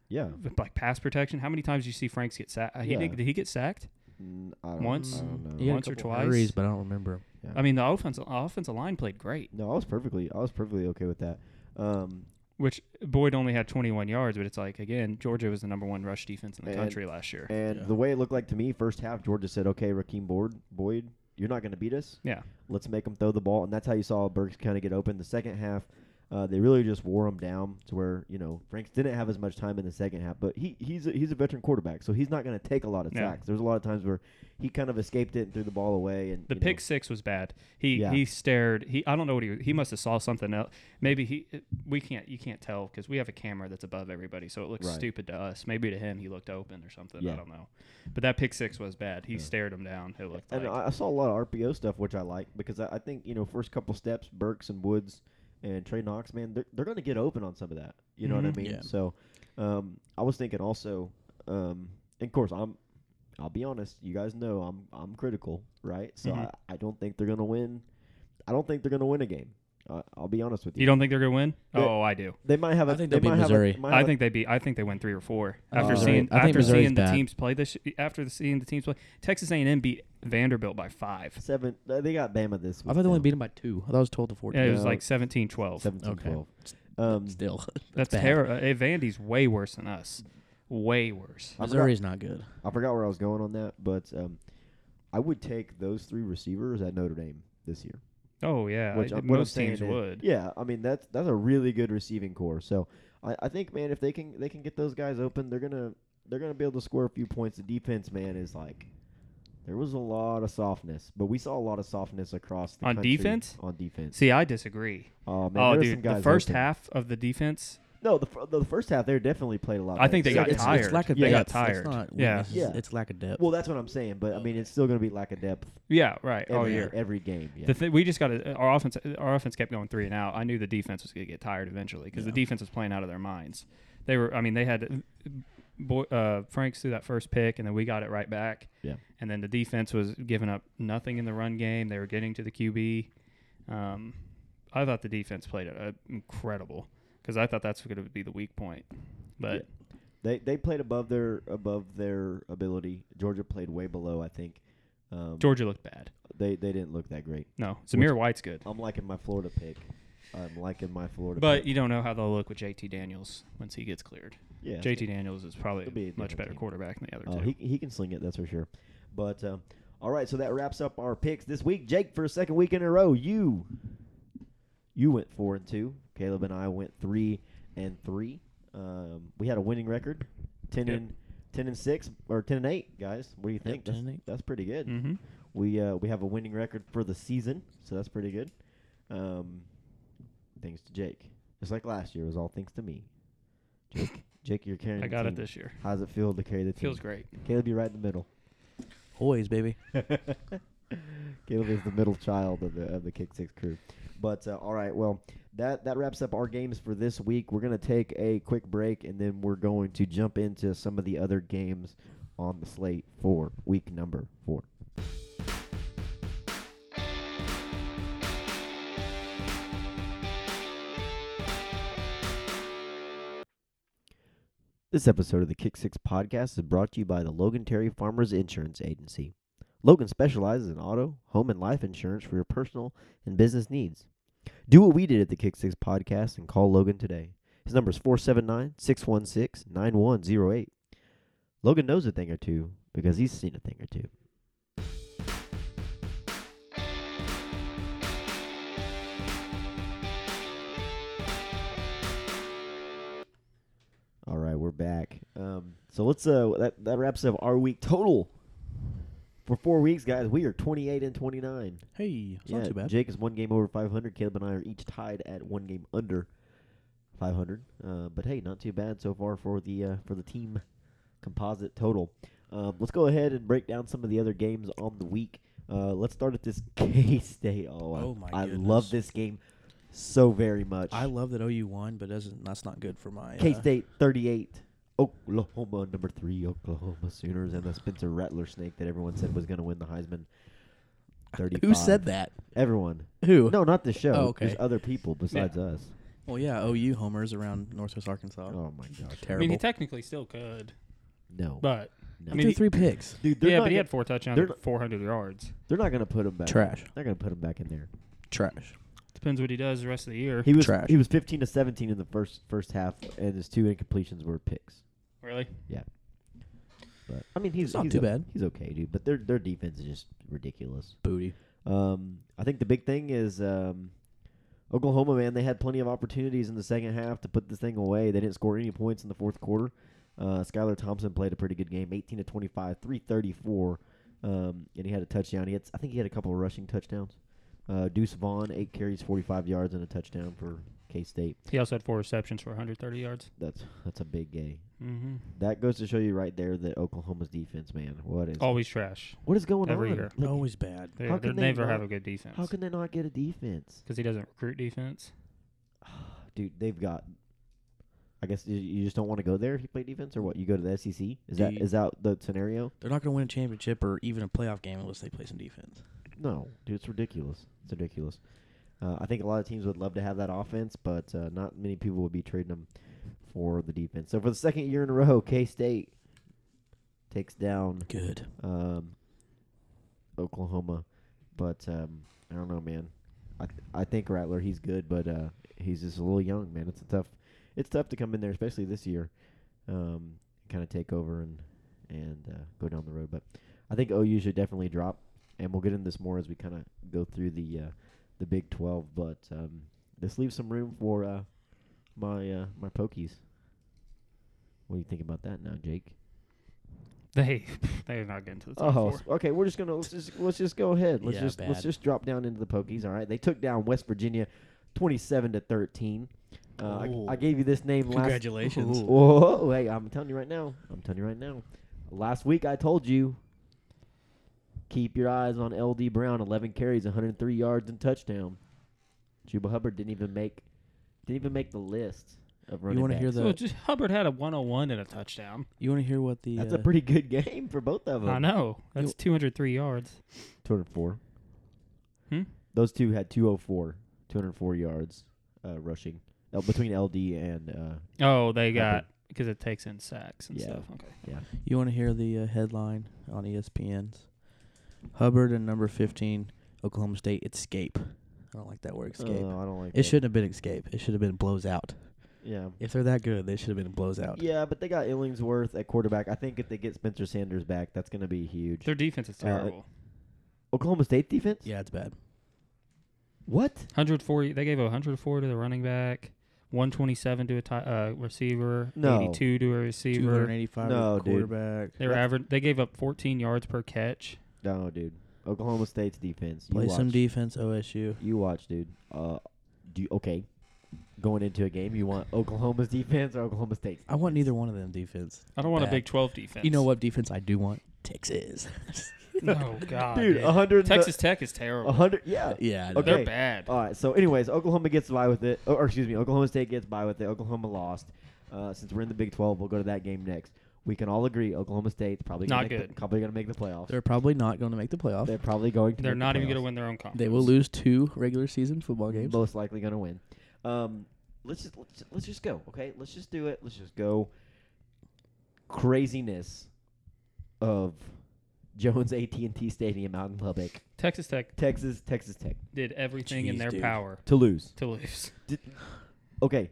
Speaker 3: Yeah,
Speaker 5: With, like pass protection. How many times did you see Franks get sacked? Uh, He
Speaker 3: Yeah.
Speaker 5: did, did he get sacked?
Speaker 3: Mm, I don't,
Speaker 5: Once?
Speaker 3: I don't know.
Speaker 2: He had a
Speaker 5: Once or
Speaker 2: couple
Speaker 5: twice?
Speaker 2: hurries, but I don't remember.
Speaker 3: Yeah.
Speaker 5: I mean, the offensive offensive line played great,
Speaker 3: No, I was perfectly. I was perfectly okay with that. Um,
Speaker 5: which Boyd only had 21 yards, but it's like again, Georgia was the number one rush defense in the
Speaker 3: And-
Speaker 5: country last year.
Speaker 3: and
Speaker 2: Yeah.
Speaker 3: the way it looked like to me, first half, Georgia said, "Okay, Raheem Boyd, Boyd, you're not going to beat us.
Speaker 5: Yeah,
Speaker 3: Let's make them throw the ball." And that's how you saw Burks kind of get open. The second half, Uh, they really just wore him down to where you know Franks didn't have as much time in the second half, but he he's a, he's a veteran quarterback, so he's not going to take a lot of
Speaker 5: No.
Speaker 3: sacks. There's a lot of times where he kind of escaped it and threw the ball away, and
Speaker 5: The
Speaker 3: you know,
Speaker 5: pick six was bad. He
Speaker 3: Yeah.
Speaker 5: he stared. He I don't know what he was- he must have saw something else. Maybe he we can't you can't tell because we have a camera that's above everybody, so it looks
Speaker 3: Right.
Speaker 5: stupid to us. Maybe to him he looked open or something.
Speaker 3: Yeah.
Speaker 5: I don't know. But that pick six was bad. He stared him down. It looked
Speaker 3: And
Speaker 5: like
Speaker 3: I I saw a lot of RPO stuff, which I like because I, I think you know first couple steps, Burks and Woods and Trey Knox, man, they're they're going to get open on some of that. You know
Speaker 5: Mhm.
Speaker 3: what I mean?
Speaker 2: Mm-hmm. Yeah.
Speaker 3: So, um, I was thinking also, um, and of course I'm, I'll be honest, you guys know I'm I'm critical, right? So
Speaker 2: Mm-hmm.
Speaker 5: Mhm.
Speaker 3: I, I don't think they're going to win. I don't think they're going to win a game. I I'll be honest with you.
Speaker 5: you don't think they're gonna win?
Speaker 3: Yeah.
Speaker 5: Oh, I do.
Speaker 3: They might have.
Speaker 2: I
Speaker 3: a,
Speaker 2: think
Speaker 3: they
Speaker 2: they'll beat
Speaker 3: might have a-
Speaker 2: Missouri.
Speaker 3: might
Speaker 5: I
Speaker 3: have a-
Speaker 5: think they beat. I think they win three or four after
Speaker 3: Oh, Missouri-
Speaker 5: seeing
Speaker 2: I think
Speaker 5: after
Speaker 2: Missouri's
Speaker 5: seeing the
Speaker 2: bad.
Speaker 5: teams play this after seeing the teams play. Texas A and M beat Vanderbilt by five.
Speaker 3: seven. uh, They got Bama this.
Speaker 2: I thought they only beat him by two. I thought it was twelve to fourteen.
Speaker 5: Yeah, it was
Speaker 3: No.
Speaker 5: like 17-12.
Speaker 3: 17
Speaker 2: Okay.
Speaker 3: 12. Um,
Speaker 2: Still,
Speaker 5: That's
Speaker 2: bad.
Speaker 5: terrible. Hey, Vandy's way worse than us. Way
Speaker 3: I
Speaker 5: worse.
Speaker 3: forgot-
Speaker 2: Missouri's not good.
Speaker 3: I forgot where I was going on that, but um, I would take those three receivers at Notre Dame this year.
Speaker 5: Oh yeah,
Speaker 3: Which
Speaker 5: I-
Speaker 3: I'm- what I'm
Speaker 5: most
Speaker 3: saying
Speaker 5: teams
Speaker 3: is-
Speaker 5: would.
Speaker 3: Yeah, I mean that's that's a really good receiving core. So I, I think, man, if they can they can get those guys open, they're gonna they're gonna be able to score a few points. The defense, man, is like there was a lot of softness, but we saw a lot of softness across the
Speaker 5: On
Speaker 3: country
Speaker 5: defense?
Speaker 3: On defense,
Speaker 5: See, I disagree.
Speaker 3: oh man,
Speaker 5: oh,
Speaker 3: there were
Speaker 5: dude,
Speaker 3: some guys
Speaker 5: the first
Speaker 3: open.
Speaker 5: half of the defense.
Speaker 3: No, the, fir- the first half they definitely played a lot.
Speaker 5: I think they
Speaker 3: better.
Speaker 5: got
Speaker 3: So it's-
Speaker 5: tired.
Speaker 2: It's lack of
Speaker 5: They got
Speaker 2: depth. It's
Speaker 5: tired.
Speaker 2: not
Speaker 5: Yeah.
Speaker 2: weaknesses.
Speaker 3: Yeah.
Speaker 2: It's lack of depth.
Speaker 3: Well, that's what I'm saying, but I mean it's still gonna be lack of depth
Speaker 5: Yeah, right. Oh
Speaker 3: every,
Speaker 5: yeah.
Speaker 3: every game. Yeah.
Speaker 5: The th- we just got to, our offense. uh, Our offense kept going three and out. I knew the defense was going to get tired eventually because the defense was playing out of their minds. They were. I mean, they had. Boy, uh, Franks threw that first pick, and then we got it right back.
Speaker 3: Yeah.
Speaker 5: And then the defense was giving up nothing in the run game. They were getting to the QB. Um, I thought the defense played uh, incredible because I thought that's going to be the weak point. But
Speaker 3: They they played above their above their ability. Georgia played way below, I think. Um,
Speaker 5: Georgia looked bad.
Speaker 3: they they didn't look that great.
Speaker 5: No, Zamir White's good,
Speaker 3: I'm liking my Florida pick. I'm liking my Florida.
Speaker 5: but
Speaker 3: pick.
Speaker 5: you don't know how they'll look with JT Daniels once he gets cleared.
Speaker 3: yeah,
Speaker 5: JT Daniels is probably
Speaker 3: It'll be a
Speaker 5: a much
Speaker 3: different
Speaker 5: better
Speaker 3: team.
Speaker 5: quarterback than the other
Speaker 3: uh,
Speaker 5: two.
Speaker 3: he he can sling it, that's for sure. But um, all right, so that wraps up our picks this week. Jake, for a second week in a row, you you went four and two. Caleb and I went three and three. Um, we had a winning record, ten
Speaker 5: Yep.
Speaker 3: and ten and six or ten and eight, guys. What do you think?
Speaker 2: 10
Speaker 3: that's,
Speaker 2: and eight.
Speaker 3: that's pretty good.
Speaker 5: Mm-hmm.
Speaker 3: We uh, we have a winning record for the season, so that's pretty good. Um, thanks to Jake. Just like last year, it was all thanks to me. Jake, Jake, you're carrying.
Speaker 5: I
Speaker 3: the
Speaker 5: got it
Speaker 3: team.
Speaker 5: this year.
Speaker 3: How's it feel to carry the team?
Speaker 5: Feels great.
Speaker 3: Caleb, you're right in the middle.
Speaker 2: Always, baby.
Speaker 3: Caleb is the middle child of the of the Kick Six crew. But uh, all right, well that that wraps up our games for this week. We're gonna take a quick break and then we're going to jump into some of the other games on the slate for week number four. This episode of the Kick Six podcast is brought to you by the Logan Terry Farmers Insurance Agency. Logan specializes in auto, home, and life insurance for your personal and business needs. Do what we did at the Kick Six podcast and call Logan today. His number is 479 616 9108. Logan knows a thing or two because he's seen a thing or two. All right, we're back. Um, so let's uh that, that wraps up our week total for four weeks, guys. We are twenty eight and twenty nine.
Speaker 2: Hey, it's not too bad.
Speaker 3: Jake is one game over 500. Caleb and I are each tied at one game under 500. Uh, but hey, not too bad so far for the uh, for the team composite total. Um, let's go ahead and break down some of the other games on the week. Uh, let's start at this K State. Oh, I-
Speaker 2: Oh my
Speaker 3: I
Speaker 2: goodness.
Speaker 3: love this game so very much.
Speaker 2: I love that OU won, but doesn't that's not good for my uh,
Speaker 3: K State 38. Oklahoma number three, Oklahoma Sooners, and the Spencer Rattler snake that everyone said was going to win the Heisman. Thirty.
Speaker 2: Who said that?
Speaker 3: Everyone.
Speaker 2: Who?
Speaker 3: No, not the show.
Speaker 2: Oh, okay.
Speaker 3: There's other people besides us.
Speaker 2: Well, yeah, OU homers around Northwest Arkansas.
Speaker 3: Oh my gosh.
Speaker 5: I
Speaker 2: Terrible.
Speaker 5: mean, he technically still could,
Speaker 3: No.
Speaker 5: but
Speaker 3: no.
Speaker 5: I mean,
Speaker 2: Threw
Speaker 5: he-
Speaker 2: three picks.
Speaker 3: Dude, they're
Speaker 5: yeah,
Speaker 3: not
Speaker 5: but he
Speaker 3: gonna-
Speaker 5: had four touchdowns,
Speaker 3: they're
Speaker 5: and
Speaker 3: not-
Speaker 5: 400 yards.
Speaker 3: they're not going to put him back.
Speaker 2: Trash.
Speaker 3: They're going to put him back in there.
Speaker 2: Trash.
Speaker 5: Depends what he does the rest of the year.
Speaker 3: He was
Speaker 2: Trash.
Speaker 3: he was 15 to 17 in the first first half and his two incompletions were picks.
Speaker 5: really?
Speaker 3: But I mean, he's
Speaker 2: It's not
Speaker 3: he's
Speaker 2: too
Speaker 3: o-
Speaker 2: bad.
Speaker 3: He's okay, dude, but their their defense is just ridiculous.
Speaker 2: Booty.
Speaker 3: Um I think the big thing is um Oklahoma, man, they had plenty of opportunities in the second half to put this thing away. They didn't score any points in the fourth quarter. Uh, Skylar Thompson played a pretty good game, 18 to 25, 334, um, and he had a touchdown. He had, I think he had a couple of rushing touchdowns. Uh, Deuce Vaughn, eight carries, 45 yards, and a touchdown for K State.
Speaker 5: He also had four receptions for 130 yards.
Speaker 3: That's that's a big gay.
Speaker 5: Mm-hmm.
Speaker 3: That goes to show you right there that Oklahoma's defense, man, what is
Speaker 5: Always trash.
Speaker 3: what is going
Speaker 5: Oh, every
Speaker 3: on?
Speaker 5: year.
Speaker 3: Like,
Speaker 2: Always bad.
Speaker 5: They,
Speaker 3: How
Speaker 5: they
Speaker 3: can they
Speaker 5: never have
Speaker 3: not-
Speaker 5: a good defense
Speaker 3: How can they not get a defense?
Speaker 5: because he doesn't recruit defense.
Speaker 3: dude, they've got. I guess you, you just don't want to go there if you play defense, or what? You go to the SEC? Is that
Speaker 2: Do you-
Speaker 3: is that the scenario?
Speaker 2: They're not going to win a championship or even a playoff game unless they play some defense.
Speaker 3: No, dude, it's ridiculous. It's ridiculous. Uh, I think a lot of teams would love to have that offense, but uh, not many people would be trading them for the defense. So for the second year in a row, K State takes down
Speaker 2: Good.
Speaker 3: um, Oklahoma, but um, I don't know, man. I th- I think Rattler he's good, but uh, he's just a little young, man. It's a tough, it's tough to come in there, especially this year, um, kind of take over and and uh, go down the road. But I think OU should definitely drop, and we'll get into this more as we kind of go through the uh, the Big Twelve. But um, this leaves some room for uh, my uh, my pokies. What do you think about that now, Jake?
Speaker 5: They they're not getting to the top
Speaker 3: Oh,
Speaker 5: four.
Speaker 3: s- okay. We're just gonna let's just let's just go ahead. Let's
Speaker 2: Yeah,
Speaker 3: just let's
Speaker 2: bad.
Speaker 3: just drop down into the Pokies. All right, they took down West Virginia, twenty-seven to thirteen. Uh, I- I,
Speaker 2: Ooh.
Speaker 3: gave you this name last.
Speaker 2: Congratulations.
Speaker 3: Whoa, hey, I'm telling you right now. I'm telling you right now. Last week I told you. Keep your eyes on LD Brown. Eleven carries, 103 yards, and touchdown. Chuba Hubbard didn't even make didn't even make the list of running.
Speaker 2: You want to hear
Speaker 3: backs.
Speaker 2: the?
Speaker 5: So just, Hubbard had a 101 and a touchdown.
Speaker 2: you want to hear what the?
Speaker 3: That's
Speaker 2: uh,
Speaker 3: a pretty good game for both of them.
Speaker 5: I know. That's
Speaker 2: You-
Speaker 5: 203 yards.
Speaker 3: 204.
Speaker 5: Hmm?
Speaker 3: Those two oh had 204, 204 yards uh, rushing uh, between LD and uh,
Speaker 5: Oh, they got
Speaker 3: Hubbard.
Speaker 5: because it takes in sacks and
Speaker 3: Yeah.
Speaker 5: stuff. Okay.
Speaker 2: you want to hear the uh, headline on ESPN's? Hubbard and number fifteen, Oklahoma State escape. I don't like that word escape.
Speaker 3: Oh, I don't like.
Speaker 2: it
Speaker 3: that.
Speaker 2: shouldn't have been escape. It should have been blows out.
Speaker 3: Yeah.
Speaker 2: If they're that good, they should have been blows out.
Speaker 3: Yeah, but they got Illingsworth at quarterback. I think if they get Spencer Sanders back, that's going to be huge.
Speaker 5: Their defense is
Speaker 3: Uh, like-
Speaker 5: terrible.
Speaker 3: Oklahoma State defense.
Speaker 2: Yeah, it's bad.
Speaker 3: What?
Speaker 5: 140. They gave 104 to the running back. 127 to a ti uh, receiver.
Speaker 3: No.
Speaker 5: 82 to a
Speaker 2: Two hundred
Speaker 5: receiver.
Speaker 2: eighty-five
Speaker 3: No, dude.
Speaker 2: quarterback.
Speaker 5: They were average. They gave up 14 yards per catch.
Speaker 3: No, dude. Oklahoma State's defense. You
Speaker 2: Play
Speaker 3: watch.
Speaker 2: some defense, OSU.
Speaker 3: You watch, dude. Uh, do you, okay. Going into a game, you want Oklahoma's defense or Oklahoma State's?
Speaker 2: I want neither one of them defense.
Speaker 5: I don't want a
Speaker 2: Bad.
Speaker 5: Big 12 defense.
Speaker 2: You know what defense I do want? Texas.
Speaker 5: No God,
Speaker 3: Dude, a hundred.
Speaker 5: Texas Tech is terrible.
Speaker 3: hundred. Yeah.
Speaker 2: yeah. I know.
Speaker 3: Uh, Okay.
Speaker 5: They're bad.
Speaker 3: All right. So, anyways, Oklahoma gets by with it, or, or excuse me, Oklahoma State gets by with it. Oklahoma lost. Uh, since we're in the Big 12, we'll go to that game next. We can all agree Oklahoma State's probably gonna
Speaker 5: Not
Speaker 3: make the-
Speaker 5: good.
Speaker 3: probably going to make the playoffs. They're,
Speaker 2: They're probably not going to make the playoff.
Speaker 3: probably going to.
Speaker 5: They're
Speaker 3: make
Speaker 5: not
Speaker 3: the
Speaker 5: even going to
Speaker 3: playoffs.
Speaker 5: win their own conference.
Speaker 2: They will lose two regular season football games.
Speaker 3: Most likely going to win. Um, let's just let's, let's just go. Okay, let's just do it. Let's just go. Craziness of Jones AT&T Stadium out in Lubbock,
Speaker 5: Texas Tech
Speaker 3: Texas, Texas Tech
Speaker 5: did everything in
Speaker 2: Jeez,
Speaker 5: their
Speaker 2: dude.
Speaker 5: power
Speaker 3: to lose.
Speaker 5: to lose.
Speaker 3: Did, okay,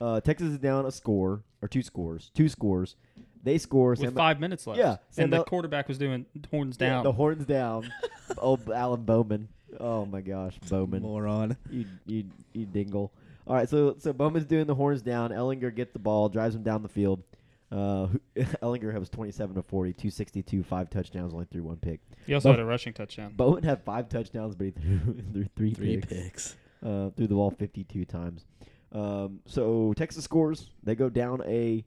Speaker 3: uh, Texas is down a score or two scores, two scores. They score.
Speaker 5: with
Speaker 3: Sam-
Speaker 5: five minutes left.
Speaker 3: Yeah, Sam
Speaker 5: and the
Speaker 3: Bell-
Speaker 5: quarterback was doing horns
Speaker 3: yeah,
Speaker 5: down.
Speaker 3: The horns down. oh, Alan Bowman. Oh my gosh, Bowman.
Speaker 2: Moron.
Speaker 3: You you you dingle. All right, so so Bowman's doing the horns down. Ellinger gets the ball, drives him down the field. Uh, Ellinger was 27 to 40, 262, five touchdowns, only threw one pick.
Speaker 5: he also
Speaker 3: Bo-
Speaker 5: had a rushing touchdown.
Speaker 3: Bowen had five touchdowns, but he threw, threw three,
Speaker 2: Three
Speaker 3: picks.
Speaker 2: picks.
Speaker 3: uh, threw the ball 52 times. Um, so Texas scores. They go down a.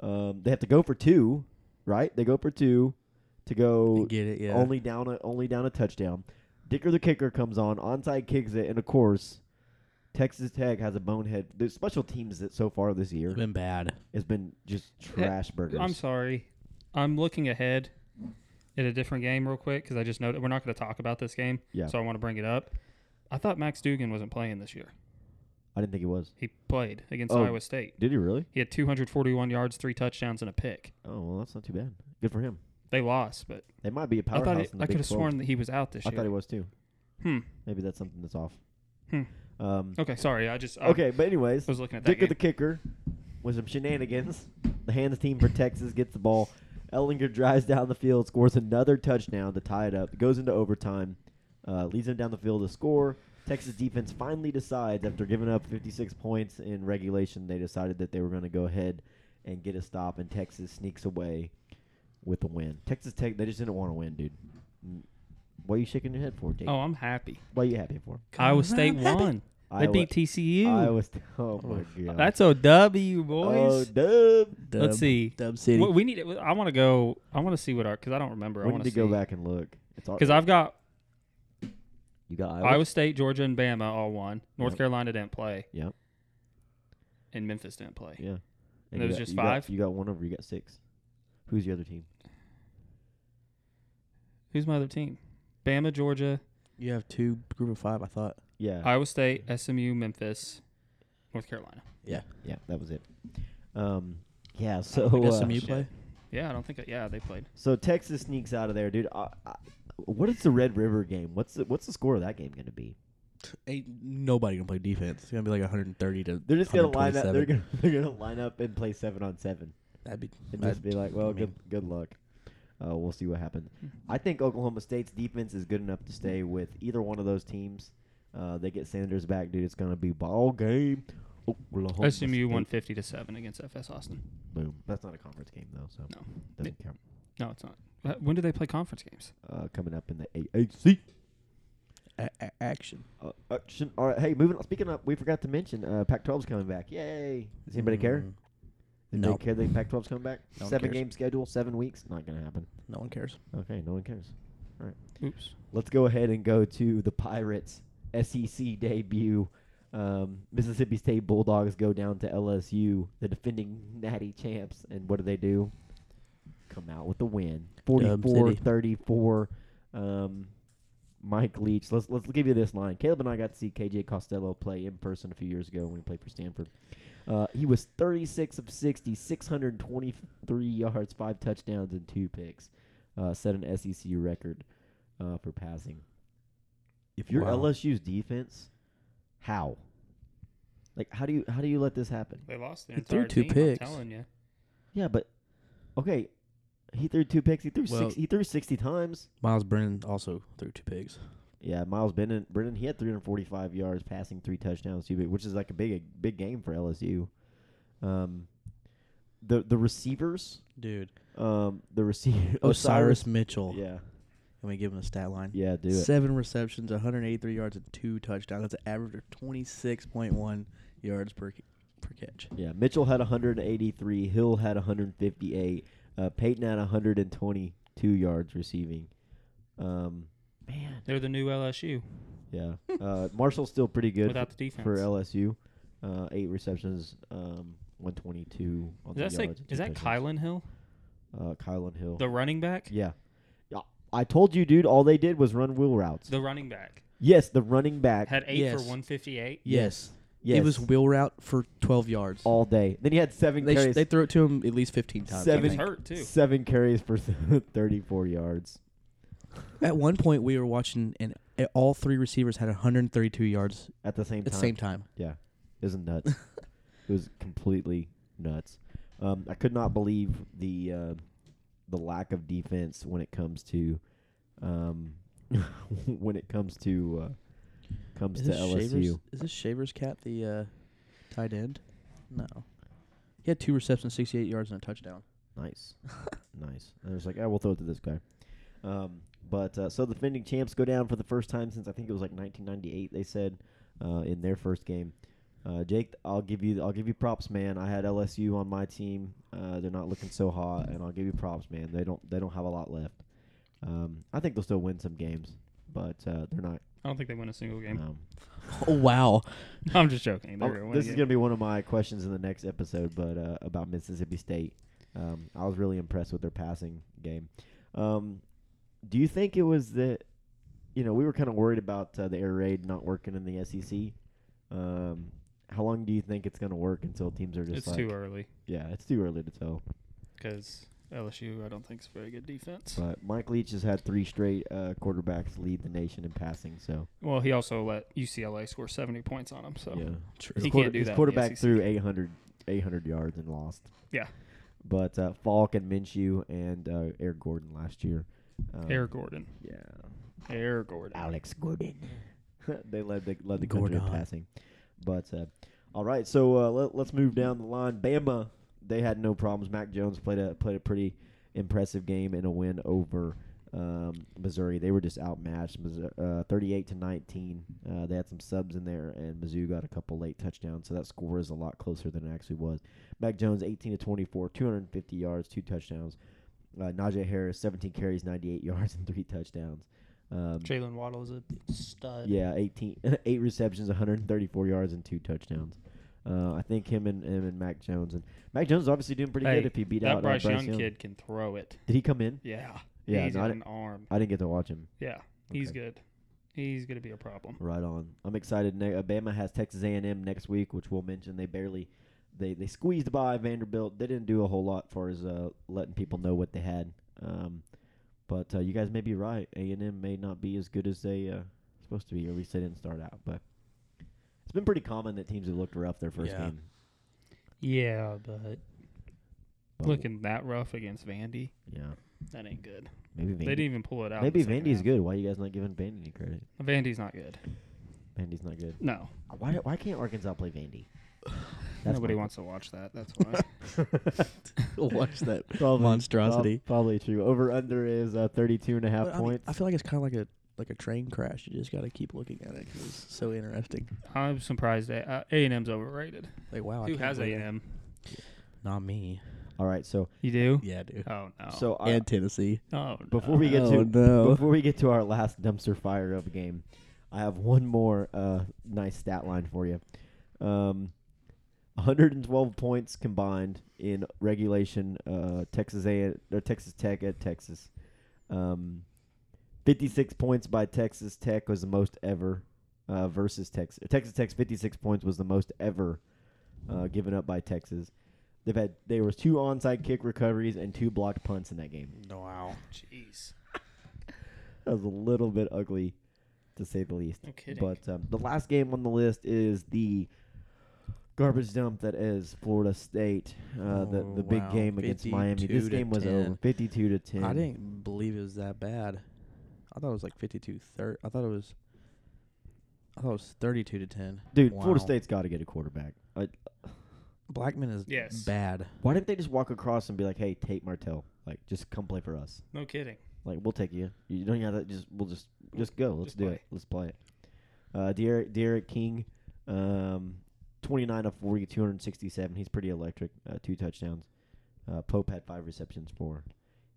Speaker 3: Um, they have to go for two, right? They go for two to go
Speaker 2: Get it? Yeah.
Speaker 3: only down a only down a touchdown. Dicker the kicker comes on, onside kicks it, and of course, Texas Tech has a bonehead. The special teams that so far this year
Speaker 2: It's been bad.
Speaker 3: has been just trash burgers.
Speaker 5: I'm sorry. I'm looking ahead at a different game real quick because I just know we're not going to talk about this game.
Speaker 3: Yeah.
Speaker 5: So I want to bring it up. I thought Max Dugan wasn't playing this year.
Speaker 3: I didn't think it was.
Speaker 5: He played against
Speaker 3: Oh.
Speaker 5: Iowa State.
Speaker 3: Did he really?
Speaker 5: He had 241 yards, three touchdowns, and a pick.
Speaker 3: Oh well, that's not too bad. Good for him.
Speaker 5: They lost, but
Speaker 3: They might be a
Speaker 5: I
Speaker 3: powerhouse.
Speaker 5: thought he,
Speaker 3: in the
Speaker 5: I could
Speaker 3: Big
Speaker 5: have
Speaker 3: 12.
Speaker 5: sworn that he was out this
Speaker 3: I
Speaker 5: year.
Speaker 3: thought he was too.
Speaker 5: Hmm.
Speaker 3: Maybe that's something that's off.
Speaker 5: Hmm.
Speaker 3: Um,
Speaker 5: Okay, sorry. I just uh, Oh. I
Speaker 3: okay, but anyways,
Speaker 5: was looking at that
Speaker 3: Dick
Speaker 5: game.
Speaker 3: of the kicker with some shenanigans. The hands team for Texas gets the ball. Ellinger drives down the field, scores another touchdown to tie it up. Goes into overtime, uh, leads them down the field to score. Texas defense finally decides after giving up 56 points in regulation, they decided that they were going to go ahead and get a stop, and Texas sneaks away with the win. Texas Tech, they just didn't want to win, dude. Mm. What are you shaking your head for, Jake?
Speaker 5: Oh, I'm happy.
Speaker 3: What are you happy for?
Speaker 5: Iowa State won. They
Speaker 3: Iowa-
Speaker 5: beat TCU.
Speaker 3: Iowa St- Oh my god.
Speaker 5: That's a W,
Speaker 3: oh,
Speaker 5: boys.
Speaker 3: dub.
Speaker 5: Let's see.
Speaker 2: Dub City.
Speaker 5: What we need. I want to go. I want to see what our because I don't remember. I
Speaker 3: we
Speaker 5: want
Speaker 3: need to
Speaker 5: see.
Speaker 3: go back and look. It's all,
Speaker 5: because I've got
Speaker 3: you got Iowa.
Speaker 5: Iowa State, Georgia, and Bama all won. North
Speaker 3: Yep.
Speaker 5: Carolina didn't play.
Speaker 3: Yep.
Speaker 5: And Memphis didn't play.
Speaker 3: Yeah.
Speaker 5: And
Speaker 3: you
Speaker 5: it was
Speaker 3: got-
Speaker 5: just
Speaker 3: you got-
Speaker 5: five?
Speaker 3: you got one over. You got six. Who's the other team?
Speaker 5: Who's my other team? Bama, Georgia,
Speaker 2: you have two group of five, I thought.
Speaker 3: Yeah.
Speaker 5: Iowa State, SMU, Memphis, North Carolina.
Speaker 3: Yeah, that was it. Um, yeah, so
Speaker 2: Like
Speaker 3: uh,
Speaker 2: SMU
Speaker 5: shit.
Speaker 2: play?
Speaker 5: Yeah, I don't think. Yeah, they played.
Speaker 3: so Texas sneaks out of there, dude. I, I, what is the Red River game? What's the, what's the score of that game going to be?
Speaker 2: Ain't nobody gonna play defense. It's gonna be like 130 to.
Speaker 3: They're just going to line up.
Speaker 2: 127.
Speaker 3: They're going to they're going to line up and play seven on seven
Speaker 2: That'd be.
Speaker 3: and
Speaker 2: that'd
Speaker 3: just be like, well,
Speaker 2: I mean-
Speaker 3: good good luck. Uh, we'll see what happens. I think Oklahoma State's defense is good enough to stay with either one of those teams. Uh, they get Sanders back, dude. It's going to be ball game. Oklahoma
Speaker 5: SMU won
Speaker 3: one.
Speaker 5: fifty to seven against FS Austin.
Speaker 3: Boom. That's not a conference game though, so
Speaker 5: No.
Speaker 3: doesn't count.
Speaker 5: No, it's not. Uh, When do they play conference games?
Speaker 3: Uh, coming up in the AAC.
Speaker 2: a- a- action.
Speaker 3: Uh, action. All right. Hey, moving on. Speaking up, we forgot to mention uh, Pac-12's coming back. Yay! Does anybody care?
Speaker 2: Mm,
Speaker 3: Does
Speaker 2: no.
Speaker 3: anybody care that Pac-12's coming back?
Speaker 2: No one
Speaker 3: seven
Speaker 2: cares.
Speaker 3: game schedule, seven weeks. Not gonna happen.
Speaker 2: No one cares.
Speaker 3: Okay, no one cares.
Speaker 5: Oops.
Speaker 3: Let's go ahead and go to the Pirates' SEC debut. Um, Mississippi State Bulldogs go down to LSU, the defending Natty champs, and what do they do? Come out with a win,
Speaker 2: Dub City.
Speaker 3: 44-34. Um, Mike Leach. Let's let's give you this line. Caleb and I got to see KJ Costello play in person a few years ago when he played for Stanford. Uh, he was 36 of 60, 623 yards, five touchdowns, and two picks. Uh, set an SEC record uh, for passing. If you're
Speaker 2: Wow.
Speaker 3: LSU's defense, how? Like how do you how do you let this happen?
Speaker 5: They lost their
Speaker 2: He threw
Speaker 5: entire
Speaker 2: two
Speaker 5: team.
Speaker 2: picks.
Speaker 5: I'm telling you.
Speaker 3: Yeah, but okay, he threw two picks. He threw
Speaker 2: Well-
Speaker 3: six. He threw sixty times.
Speaker 2: Miles Brennan also threw two pigs.
Speaker 3: Yeah, Miles Brennan, Brennan, he had 345 yards passing, three touchdowns, two big- which is like a big, big game for LSU. Um, the the receivers,
Speaker 2: Dude,
Speaker 3: um, the receiver
Speaker 2: Osiris, Mitchell.
Speaker 3: yeah,
Speaker 2: And we give him a stat line.
Speaker 3: yeah, do it.
Speaker 2: Seven receptions, 183 yards, and two touchdowns. That's an average of 26.1 yards per ca- per catch.
Speaker 3: Yeah, Mitchell had 183, Hill had 158, uh, Peyton had 122 yards receiving. Um, man,
Speaker 5: They're the new LSU
Speaker 3: yeah, uh, Marshall's still pretty good
Speaker 5: without the defense.
Speaker 3: for LSU. Uh, eight receptions, um, 122. on
Speaker 5: Is
Speaker 3: the
Speaker 5: that, say,
Speaker 3: yards and two
Speaker 5: is that
Speaker 3: touchdowns.
Speaker 5: Kylan Hill,
Speaker 3: Uh, Kylan Hill.
Speaker 5: the running back?
Speaker 3: Yeah. Yeah, I told you, dude, all they did was run wheel routes.
Speaker 5: The running back
Speaker 3: yes, the running back.
Speaker 5: had eight
Speaker 2: Yes.
Speaker 5: for one fifty eight.
Speaker 2: Yes.
Speaker 3: yes,
Speaker 2: It was wheel route for 12 yards.
Speaker 3: all day. Then he had seven
Speaker 2: They, sh-
Speaker 3: carries.
Speaker 2: they threw it to him at least 15 times. I
Speaker 5: He
Speaker 3: Seven-
Speaker 5: was
Speaker 2: think.
Speaker 5: hurt too.
Speaker 3: seven carries for 34 yards.
Speaker 2: At one point, we were watching, and a- all three receivers had 132 yards
Speaker 3: At the same
Speaker 2: at the
Speaker 3: time.
Speaker 2: same time.
Speaker 3: Yeah. It was nuts. it was completely nuts. Um, I could not believe the uh, the lack of defense when it comes to um, when it comes to uh, comes
Speaker 2: Is
Speaker 3: to
Speaker 2: this, Shavers,
Speaker 3: LSU.
Speaker 2: is this Shavers cat the uh, tight end? No. He had two receptions, 68 yards, and a touchdown.
Speaker 3: Nice, nice. And I was like, I will throw it to this guy. Um, but uh, so the defending champs go down for the first time since I think it was like 1998. They said uh, in their first game. Uh, Jake, I'll give you I'll give you props, man. I had LSU on my team. Uh, they're not looking so hot, and I'll give you props, man. They don't they don't have a lot left. Um, I think they'll still win some games, but uh, they're not.
Speaker 5: I don't think they win a single game.
Speaker 3: Um,
Speaker 2: Oh, wow.
Speaker 5: I'm just joking. They're
Speaker 3: I'll-
Speaker 5: gonna win a
Speaker 3: Oh, this is
Speaker 5: game.
Speaker 3: going to be one of my questions in the next episode, but uh, about Mississippi State. Um, I was really impressed with their passing game. Um, do you think it was that, you know, we were kind of worried about uh, the air raid not working in the SEC? Um, how long do you think it's going to work until teams are just
Speaker 5: It's
Speaker 3: like,
Speaker 5: too early
Speaker 3: yeah, it's too early to tell.
Speaker 5: because LSU, I don't think, is very good defense.
Speaker 3: But Mike Leach has had three straight uh, quarterbacks lead the nation in passing, so
Speaker 5: Well, he also let UCLA score 70 points on him, so
Speaker 3: yeah.
Speaker 2: True.
Speaker 5: he
Speaker 3: quarter-
Speaker 5: can't do
Speaker 3: his
Speaker 5: that. in the
Speaker 3: quarterback
Speaker 5: SEC.
Speaker 3: threw 800, 800 yards and lost.
Speaker 5: Yeah.
Speaker 3: But uh, Falk and Minshew and uh, Air Gordon last year. Um,
Speaker 5: Air Gordon.
Speaker 3: Yeah.
Speaker 5: Air Gordon.
Speaker 3: Alex Gordon. they led the led the country
Speaker 2: Gordon.
Speaker 3: in passing. But uh, all right, so uh, let, let's move down the line. Bama, they had no problems. Mac Jones played a played a pretty impressive game in a win over um, Missouri. They were just outmatched, Missouri, uh, thirty-eight to nineteen. Uh, they had some subs in there, and Mizzou got a couple late touchdowns, so that score is a lot closer than it actually was. Mac Jones, eighteen to twenty-four, two hundred and fifty yards, two touchdowns. Uh, Najee Harris, seventeen carries, ninety-eight yards, and three touchdowns. Um,
Speaker 7: Jalen Waddle is a stud.
Speaker 3: yeah, 18, eight receptions, 134 yards, and two touchdowns. Uh, I think him and him and Mac Jones and Mac Jones is obviously doing pretty
Speaker 5: Hey,
Speaker 3: good if he beat
Speaker 5: that
Speaker 3: out uh,
Speaker 5: Bryce, Young,
Speaker 3: Young.
Speaker 5: kid can throw it.
Speaker 3: Did he come in?
Speaker 5: Yeah.
Speaker 3: Yeah,
Speaker 5: He's
Speaker 3: no, I
Speaker 5: got
Speaker 3: didn't-
Speaker 5: an arm.
Speaker 3: I didn't get to watch him.
Speaker 5: Yeah. He's
Speaker 3: Okay.
Speaker 5: good. He's gonna be a problem.
Speaker 3: Right on. I'm excited. Ne- Alabama has Texas A&M next week, which we'll mention. They barely they they squeezed by Vanderbilt. They didn't do a whole lot as far as uh, letting people know what they had. Um, but uh, you guys may be right. A&M may not be as good as they uh, supposed to be, or at least they didn't start out. But it's been pretty common that teams have looked rough their first
Speaker 2: Yeah.
Speaker 3: game.
Speaker 7: Yeah, but
Speaker 3: But
Speaker 5: Looking that rough against Vandy,
Speaker 3: Yeah,
Speaker 5: that ain't good.
Speaker 3: maybe
Speaker 5: They didn't
Speaker 3: Vandy.
Speaker 5: even pull it out. in
Speaker 3: Maybe
Speaker 5: the second
Speaker 3: Vandy's
Speaker 5: half.
Speaker 3: good. Why are you guys not giving Vandy any credit?
Speaker 5: Vandy's not good.
Speaker 3: Vandy's not good.
Speaker 5: No,
Speaker 3: Why? Why can't Arkansas play Vandy?
Speaker 5: nobody
Speaker 3: my-
Speaker 5: wants to watch that. That's why.
Speaker 6: Watch that.
Speaker 3: Probably-
Speaker 6: Monstrosity.
Speaker 3: prob- Probably true. Over under is uh, 32 and a half
Speaker 6: But I mean,
Speaker 3: points.
Speaker 6: I feel like it's kind of like a like a train crash. You just got to keep looking at it 'cause it's so interesting.
Speaker 5: I'm surprised A uh, and M's overrated.
Speaker 6: Like
Speaker 2: Oh,
Speaker 6: wow, I
Speaker 5: Who
Speaker 6: can't
Speaker 5: has A
Speaker 6: believe
Speaker 5: and M?
Speaker 2: Not me.
Speaker 3: All right, so
Speaker 5: You do?
Speaker 2: Yeah, dude.
Speaker 5: Oh no.
Speaker 3: so I,
Speaker 6: and Tennessee.
Speaker 5: oh, no.
Speaker 3: before we get to
Speaker 6: no.
Speaker 3: before we get to our last dumpster fire of a game, I have one more uh, nice stat line for you. Um, 112 points combined in regulation. Uh, Texas A or Texas Tech at Texas. Um, 56 points by Texas Tech was the most ever uh, versus Texas. Texas Tech's 56 points was the most ever uh, given up by Texas. They've had there was two onside kick recoveries and two blocked punts in that game.
Speaker 2: Wow.
Speaker 5: jeez,
Speaker 3: That was a little bit ugly, to say the least.
Speaker 5: no kidding.
Speaker 3: But um, the last game on the list is the garbage dump that is Florida State. Uh, the
Speaker 2: Oh,
Speaker 3: the big
Speaker 2: wow.
Speaker 3: game against Miami.
Speaker 2: 52
Speaker 3: This
Speaker 2: to
Speaker 3: game was
Speaker 2: 10.
Speaker 3: over, fifty-two to ten.
Speaker 2: I didn't believe it was that bad. I thought it was like 52 30. I thought it was I thought it was 32 to 10.
Speaker 3: Dude,
Speaker 2: Wow.
Speaker 3: Florida State's got to get a quarterback. I,
Speaker 2: Blackman is
Speaker 5: Yes.
Speaker 2: bad.
Speaker 3: why didn't they just walk across and be like, "Hey, Tate Martell, like just come play for us.
Speaker 5: no kidding.
Speaker 3: Like we'll take you. You don't have to. Just we'll just just go. Let's
Speaker 5: Just
Speaker 3: do
Speaker 5: play.
Speaker 3: it. Let's play it." Uh, Derek Derek King, um, twenty nine of 40, 267. He's pretty electric. Uh, two touchdowns. Uh, Pope had five receptions for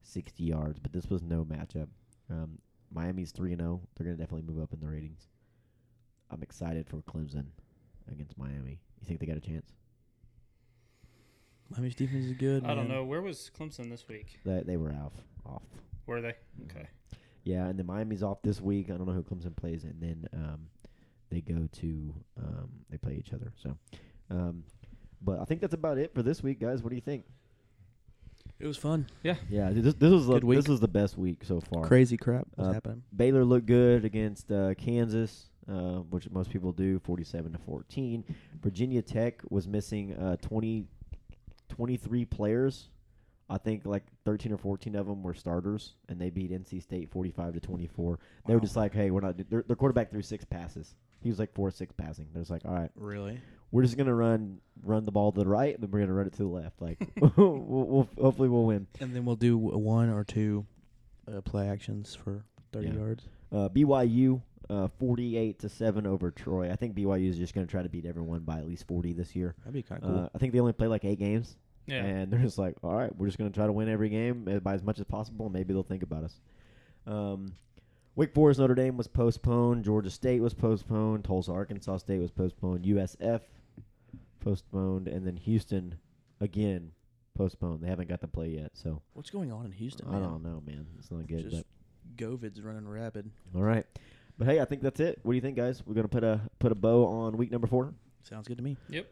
Speaker 3: sixty yards, but this was no matchup. Um, Miami's three and zero. They're gonna definitely move up in the ratings. I'm excited for Clemson against Miami. You think they got a chance?
Speaker 2: Miami's defense is good.
Speaker 5: I don't
Speaker 2: man.
Speaker 5: know. Where was Clemson this week?
Speaker 3: That they were off off.
Speaker 5: Were they? Okay.
Speaker 3: Yeah, and then Miami's off this week. I don't know who Clemson plays, and then um, they go to um, they play each other. So, um, but I think that's about it for this week, guys. What do you think?
Speaker 2: It was fun.
Speaker 3: Yeah, this this was the,
Speaker 2: Good week.
Speaker 3: this was the best week so far.
Speaker 6: Crazy crap was
Speaker 3: Uh,
Speaker 6: happening.
Speaker 3: Baylor looked good against uh, Kansas, uh, which most people do, forty-seven to fourteen. Virginia Tech was missing uh, 20, 23 players. I think like thirteen or fourteen of them were starters, and they beat NC State forty-five to twenty-four. They were
Speaker 2: Wow.
Speaker 3: just like, "Hey, we're not." do- Their, their quarterback threw six passes. He was like four or six passing. They're just like, "All right,
Speaker 2: Really?
Speaker 3: we're just gonna run run the ball to the right, and then we're gonna run it to the left. Like, we'll, we'll hopefully we'll win."
Speaker 2: And then we'll do w- one or two uh, play actions for 30
Speaker 3: Yeah.
Speaker 2: yards.
Speaker 3: Uh, BYU, uh, forty-eight to seven over Troy. I think BYU is just gonna try to beat everyone by at least forty this year.
Speaker 2: That'd be kind of Ah, cool.
Speaker 3: Uh, I think they only play like eight games,
Speaker 5: Yeah.
Speaker 3: and they're just like, "All right, we're just gonna try to win every game uh, by as much as possible, and maybe they'll think about us." Um, Wake Forest Notre Dame was postponed. Georgia State was postponed. Tulsa Arkansas State was postponed. USF postponed, and then Houston again postponed. They haven't got to play yet, so
Speaker 2: What's going on in Houston?
Speaker 3: I
Speaker 2: man?
Speaker 3: don't know, man. It's not good.
Speaker 2: Just Govid's running rabid.
Speaker 3: but, all right, but hey, I think that's it. What do you think, guys? We're gonna put a put a bow on week number four.
Speaker 2: Sounds good to me.
Speaker 5: Yep.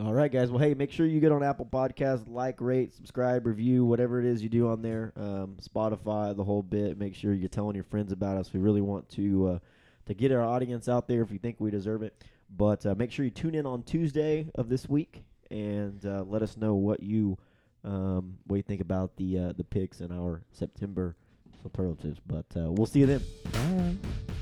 Speaker 3: All right, guys. Well, hey, make sure you get on Apple Podcasts, like, rate, subscribe, review, whatever it is you do on there. Um, Spotify, the whole bit. Make sure you're telling your friends about us. We really want to uh, to get our audience out there if you think we deserve it. But uh, make sure you tune in on Tuesday of this week and uh, let us know what you um, what you think about the uh, the picks in our September superlatives. But uh, we'll see you then.
Speaker 2: Bye.